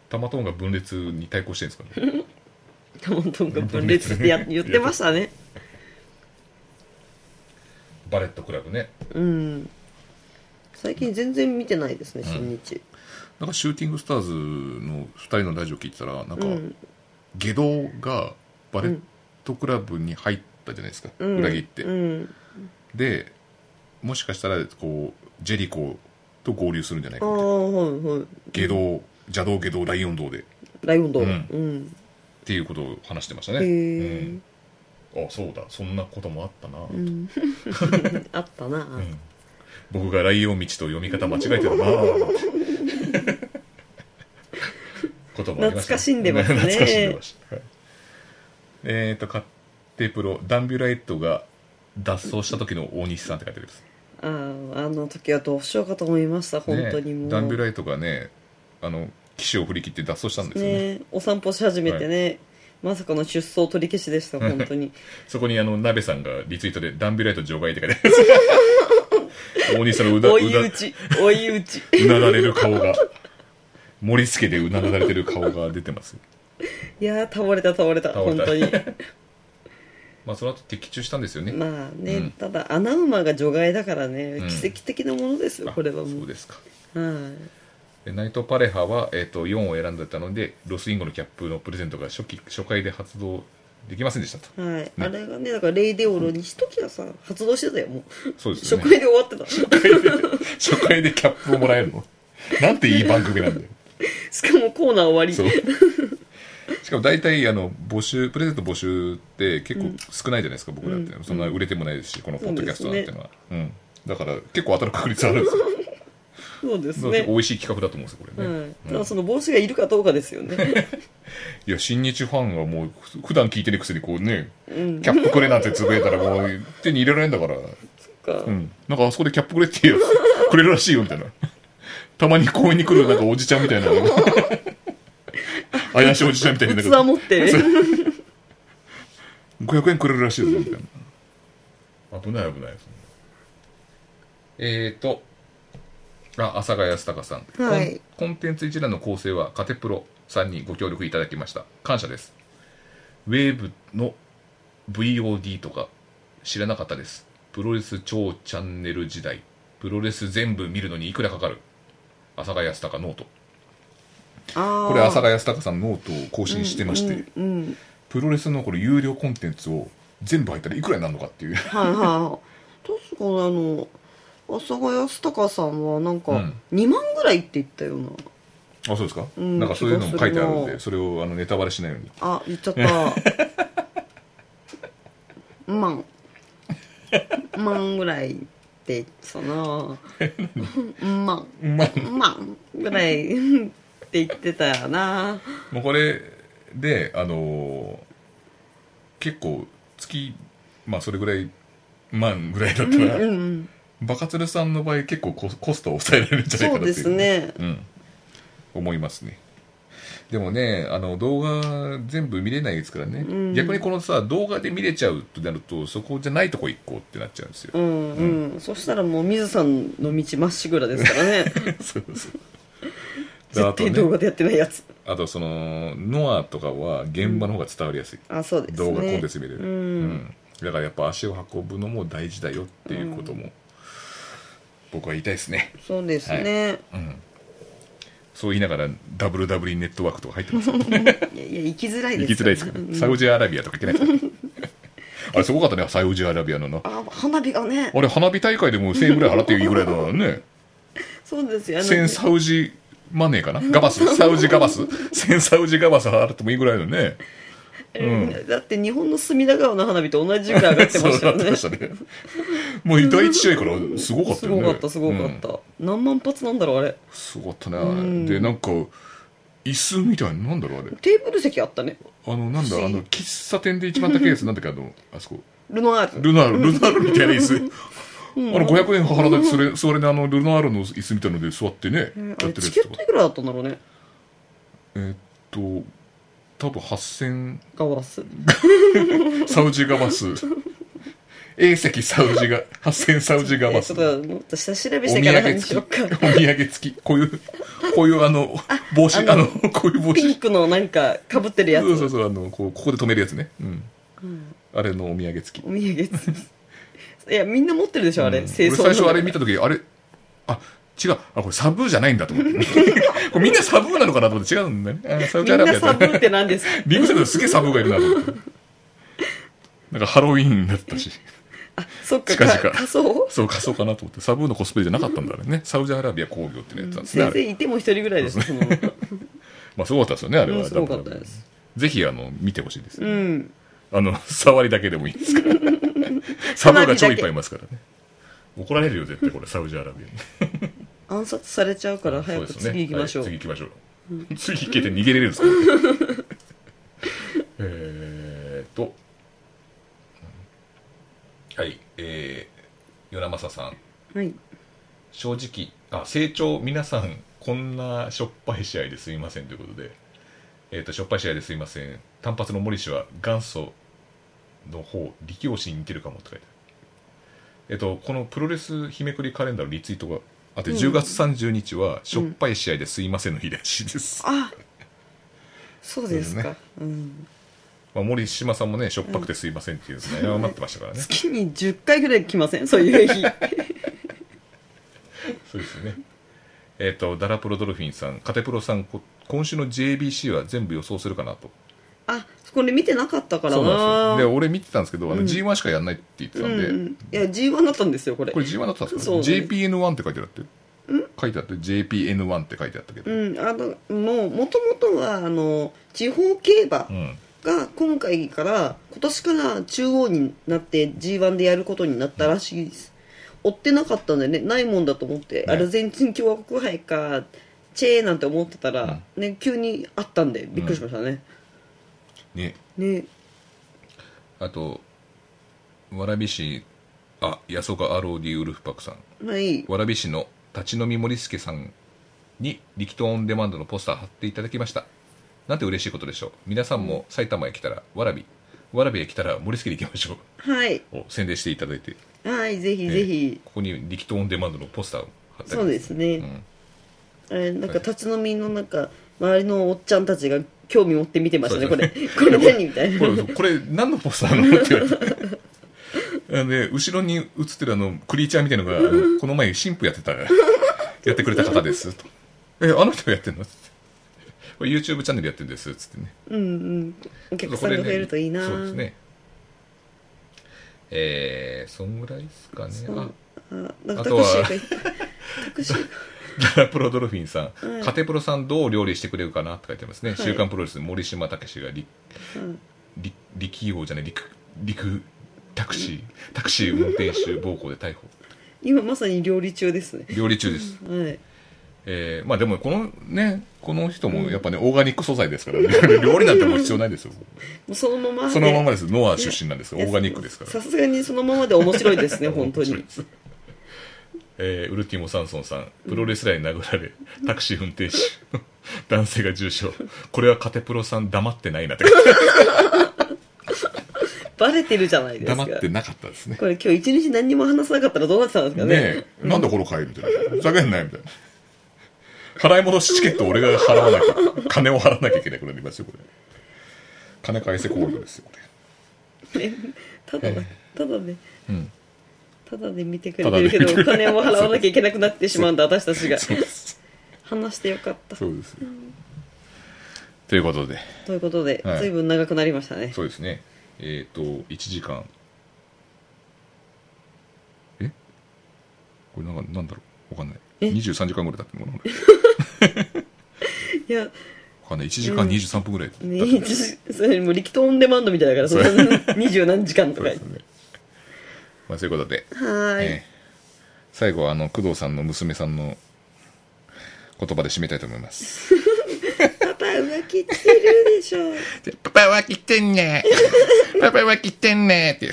S2: 玉トンが分裂に対抗してるん ですかね。
S3: トントンが分裂ってや言ってましたね
S2: バレットクラブね。
S3: うん最近全然見てないですね新日、
S2: なんかシューティングスターズの2人のラジオ聞いてたら、なんか、
S3: うん
S2: 下道がバレットクラブに入ったじゃないですか、
S3: うん、
S2: 裏切って。
S3: うん
S2: でもしかしたらこうジェリコと合流するんじゃな
S3: あ
S2: いか
S3: あ
S2: みたいな
S3: はいはい
S2: 下道邪道下道ライオン道でっ
S3: ライオンド
S2: うん
S3: うん、
S2: ていうことを話してました
S3: へ
S2: ね、
S3: え、
S2: うんあそうだそんなこともあったな、
S3: う
S2: うん
S3: ん、 あったな、
S2: 僕がライオン道と読み方間違えてる なぁこともありまし
S3: 懐
S2: た
S3: かしんでますね
S2: 懐かしんでました、はいえっ、ー、と勝手プロダンビュライットが脱走した時の大西さんって書いてあります
S3: あああの時はどうしようかと思いました本当にも
S2: ね
S3: う
S2: ダンビュライトがねあの騎士を振り切って脱走したんですよね
S3: ねお散歩し始めてね、まさかの出走取り消しでした本当に
S2: そこにあの鍋さんがリツイートでダンビュライト除外って書いて ある大西さ んのうだ
S3: 追
S2: うだ
S3: いうち追いうち
S2: うなだれる顔が盛り付けでうなだれてる顔が出てます
S3: いやー倒れた倒れた
S2: 倒れ
S3: 本
S2: た
S3: 当に
S2: まあその後的中したんですよね、
S3: まあね、
S2: うん
S3: ただ穴馬が除外だからね、
S2: うん
S3: 奇跡的なものですよ
S2: あ
S3: これはも
S2: そう
S3: う
S2: ですか
S3: はい
S2: でナイト・パレハは、えー、と4を選んでたのでロスインゴのキャップのプレゼントが初期初回で発動できませんでしたと
S3: はい、あれがねだからレイデオロに一時はさ発動してたよもう
S2: そうです
S3: 初
S2: よ
S3: 回
S2: ね
S3: で終わってたし
S2: 初回でキャップをもらえるのなんていい番組なんだよ
S3: かもコーナー終わり
S2: そうしかも大体あの募集プレゼント募集って結構少ないじゃないですか、僕らってそんな 売れてもないですしこのポッドキャストなんてのは、うんだから結構当たる確率あるんですよ
S3: そうです
S2: 美
S3: ね。
S2: 味しい企画だと思うんですよ、これね。
S3: はい。ただその帽子がいるかどうかですよね。
S2: いや、新日ファンはもう、ふ普段聞いてるくせにこうね、
S3: うん。
S2: キャップくれなんてつぶやいたらもう、手に入れられんだから、
S3: か
S2: う。ん。なんかあそこでキャップくれって言うよ くれるらしいよ、みたいな。たまに公園に来るなんかおじちゃんみ たいな。怪しいおじちゃんみたいな。
S3: 器持って。
S2: 500円くれるらしいぞみたいな危ない危ないですねえーとあ阿佐ヶ谷康隆さん、
S3: はい
S2: コンコンテンツ一覧の構成はカテプロさんにご協力いただきました感謝ですウェーブの VOD とか知らなかったですプロレス超チャンネル時代プロレス全部見るのにいくらかかる阿佐ヶ谷康隆ノート
S3: こ
S2: これ阿佐ヶ谷康隆さんノートを更新してまして、
S3: うんうんうん
S2: プロレスのこれ有料コンテンツを全部入ったらいくらになるのかっていう
S3: はいはいはい。確かにあの、阿佐ヶ谷隆さんはなんか
S2: うん
S3: 2万ぐらいって言ったような。
S2: あそうですか、
S3: うん
S2: なんかそういうのも書いてあるん
S3: 気がする
S2: で
S3: な
S2: それをあのネタバレしないように
S3: あ、言っちゃ った。万。万ぐらいって言ってた な。万。
S2: まあ
S3: 万ぐらいって言ってたよな。
S2: もうこれであのー結構月まあそれぐらい万ぐらいだったら、
S3: うん、
S2: バカツルさんの場合結構ココストを抑えられるんじゃない
S3: そう
S2: か
S3: で
S2: なってい
S3: すね。
S2: うん、思いますねでもねあの動画全部見れないですからね、
S3: うん
S2: 逆にこのさ動画で見れちゃうとなるとそこじゃないとこ行こうってなっちゃうんですよ
S3: うんうん、そしたらもう水さんの道まっしぐらですからね
S2: そうそうであ
S3: 絶
S2: と
S3: 対
S2: ね
S3: 動画でやってないやつ
S2: あとそのノアとかは現場の方が伝わりやすい、
S3: あそうですね
S2: 動画コンテンツ見れる、
S3: うん
S2: うんだからやっぱ足を運ぶのも大事だよっていうことも、僕は言いたいですね、
S3: そうですね、
S2: うん、そう言いながら WW ネットワークとか入ってますよ
S3: い、やいや行きづらい
S2: 行
S3: です
S2: きづらいですけど、
S3: うん
S2: サウジアラビアとか行けないですか あれすごかったねサウジアラビアのな
S3: あ花火がね
S2: あれ花火大会でも1000円ぐらい払っていいぐらいだからね
S3: そうです よあの
S2: 1000サウジマネーかなガバスサウジガバス1000サウジガバス払ってもいいぐらいのね
S3: うんだって日本の隅田川の花火と同じぐらい上がってました よね
S2: そうなってましたねもう第一試合からすごかった
S3: す
S2: よね
S3: ごかったすごかった、何万発なんだろうあれ
S2: うんすごかったね、
S3: ん
S2: でなんか椅子みたいななんだろうあれ
S3: テーブル席あったね
S2: あのなんだ
S3: 不
S2: あ
S3: 思議
S2: の喫茶店で一番高いやつなんだっけあのあそこ
S3: ルノアール
S2: ルナールルナールみたいな椅子あの500円払ってそれ座れであのルナールの椅子みたいので座ってね
S3: うん
S2: や
S3: あ
S2: ってる
S3: れ
S2: や
S3: チケ
S2: つ
S3: ッ
S2: と
S3: ト
S2: か
S3: いくらだったんだろうね
S2: えーっと多分8000
S3: ガワス
S2: サウジガバス A 席サウジが8000サウジガバス
S3: えちょっともっと下調べし
S2: お
S3: て
S2: 土
S3: から
S2: 産
S3: 何し
S2: 付
S3: よ
S2: き。
S3: っ
S2: お
S3: か
S2: 土産付き。こういう、こういうあの、帽子、
S3: あの
S2: あの、こういう 帽
S3: ピン
S2: 子。
S3: クのなんかかぶってるやつ
S2: そうそうそう、あの、こう、ここで止めるやつね。うん。あれのお土産付き。
S3: お土産ですいやみんな持ってるでしょあれ、
S2: うん
S3: 清掃
S2: 俺最初あれ見た時あれ、あ、違う。あ、これサブーじゃないんだと思って。 これみんなサブーなのかなと思って違うんだよね。あサウ
S3: み
S2: ジア
S3: ん
S2: ラ
S3: な
S2: ビア
S3: サ
S2: だ
S3: ブ
S2: ね
S3: って何です か
S2: リングサイドですげえサブーがいるなと思って。なんかハロウィーンだったし。
S3: そっか
S2: 近々
S3: か仮装
S2: そう、仮装かなと思って。サブーのコスプレじゃなかったんだあれね。サウジアラビア工業っていうのやったんですね。あ
S3: 先
S2: れ
S3: 生いても一人ぐらいですその
S2: まあすごかったですよね、あれは。
S3: うんすごかったです
S2: ぜひ、あの、見てほしいです、
S3: うん
S2: あの、触りだけでもいいです から。サブが超いっぱいいますからね。怒られるよ、絶対これ、サウジアラビアに。
S3: 暗殺されちゃうから早く
S2: そうですよ
S3: 次行きましょう
S2: はい次行きましょう。次行けて逃げれるんで すから、えーっと。はい、えー、与那正さん。
S3: はい
S2: 正直あ成長皆さんこんなしょっぱい試合ですいませんということで、えー、としょっぱい試合ですいません単発の森氏は元祖の方力士に似てるかもって書いてある、えっとこのプロレス日めくりカレンダーのリツイートがあって、
S3: うん
S2: 10月30日はしょっぱい試合ですいませんの日らしいです、
S3: あそうです
S2: そう
S3: か
S2: で
S3: うん
S2: まあ、森島さんもねしょっぱくてすいませんっていうのね謝ってましたからね
S3: 月に10回ぐらい来ませんそういう 日
S2: そうですね。えっ、と、ダラプロドルフィンさん、カテプロさん、こ今週の JBC は全部予想するかなと。
S3: あこれ見てなかったから
S2: そうなん
S3: な
S2: ですよ。で、俺見てたんですけど、あの
S3: うん
S2: G1 しかやんないって言ってたんで、
S3: うんうんいや G1 だったんですよこれ
S2: これ G1 だったんですか、
S3: そう
S2: ね、
S3: ね
S2: ?JPN1 って書いてあって。書いてあって、JPN1 って書いてあったけど。
S3: うんあのもうもともとはあの地方競馬
S2: うん。
S3: が今回から今年から中央になって G1 でやることになったらしいです、追ってなかったんでねないもんだと思って、
S2: ね
S3: アルゼンチン共和国杯かチェーなんて思ってたら、ね急にあったんでびっくりしましたね、
S2: ね
S3: ね
S2: あと蕨市あ安岡 ROD ウルフパクさん
S3: まあいい
S2: 蕨市の立ち飲み森助さんに力投オンデマンドのポスター貼っていただきましたなんて嬉しいことでしょう皆さんも埼玉へ来たら蕨蕨へ来たら森助に行きましょ
S3: はい、
S2: うを宣伝していただいて、
S3: はい、ぜひぜひ、
S2: ここに力投オンデマンドのポスターを貼ってあります
S3: そうですね、
S2: ん
S3: あれなんか立ち飲みのなんか周りのおっちゃんたちが興味持って見てましたねこれこれ何みたい
S2: こ
S3: な
S2: れこれ何のポスターなのって言われてあのね後ろに映ってるあのクリーチャーみたいなのがあのこの前神父やってたやってくれた方ですと「えあの人がやってんの?」つってこれ YouTube チャンネルやってるんです」つってね
S3: うんうんお
S2: ちょっ
S3: 客
S2: と
S3: さ
S2: こ
S3: ん
S2: れ
S3: が増えるといいな、
S2: そうですねえー、そんぐらいですかねあ
S3: あなんかタ
S2: あと
S3: ク
S2: は
S3: シーがいっ ぱいタクシー
S2: ダラプロドルフィンさん、
S3: うん
S2: カテプロさんどう料理してくれるかなって書いてますね、
S3: い
S2: 週刊プロレス森島武史がり
S3: うん
S2: り力王じゃない陸陸タクシータクシー運転手暴行で逮捕
S3: 今まさに料理中ですね
S2: 料理中です、
S3: はい
S2: えーまあでもこのねこの人もやっぱねオーガニック素材ですからね 料理なんてもう必要ないですよ
S3: もうそのままで
S2: そのままですノア出身なんですからオーガニックですから
S3: さすがにそのままで面白いですね本当
S2: 面白い
S3: に
S2: ですえーウルティモ・サンソンさんプロレスラーに殴られ、タクシー運転手 の男性が重傷これはカテプロさん黙って ないなって
S3: バレてるじゃないです
S2: 黙
S3: か
S2: ってなかったですね
S3: これ今日一日何にも話さなかったらどうなってたんですか
S2: ね
S3: ね
S2: え、なんでこの会みたいなふざけんなよみたいな払い戻しチケットを俺が払わなきゃ金を払わなきゃいけないことになりますよこれ金返せコールドですよこれ
S3: ただねただね、
S2: ん
S3: ただで見てくれてるけどお金を払わなきゃいけなくなってしまうんだ私たちが
S2: そうです
S3: 話してよかった
S2: そうですよということで
S3: ということで、
S2: はい
S3: 随分長くなりましたね
S2: そうですねえっ、と1時間えこれなんかなんだろうわかんない
S3: え
S2: 23時間ぐらい経ってるのかなこれ
S3: いや
S2: わかんない1時間23分ぐらいだった
S3: ねそれもう力投オンデマンドみたいだからそ
S2: そ
S3: の
S2: う
S3: 二十何時間と
S2: そう
S3: か
S2: ですねまあそういうことで
S3: はーい、
S2: ええ最後はあの工藤さんの娘さんの言葉で締めたいと思います。
S3: パパ浮気してるでしょ
S2: パパは来てん ねパパは来てんねって。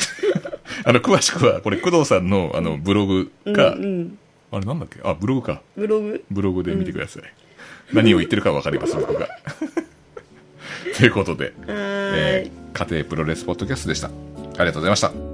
S2: あの、詳しくは、これ工藤さんのあのブログか、
S3: うんうん
S2: あれなんだっけあ、ブログか。
S3: ブログ
S2: ブログで見てください。何を言ってるかわかります、僕 が。ということで、
S3: はーい、
S2: えー家庭プロレスポッドキャストでした。ありがとうございました。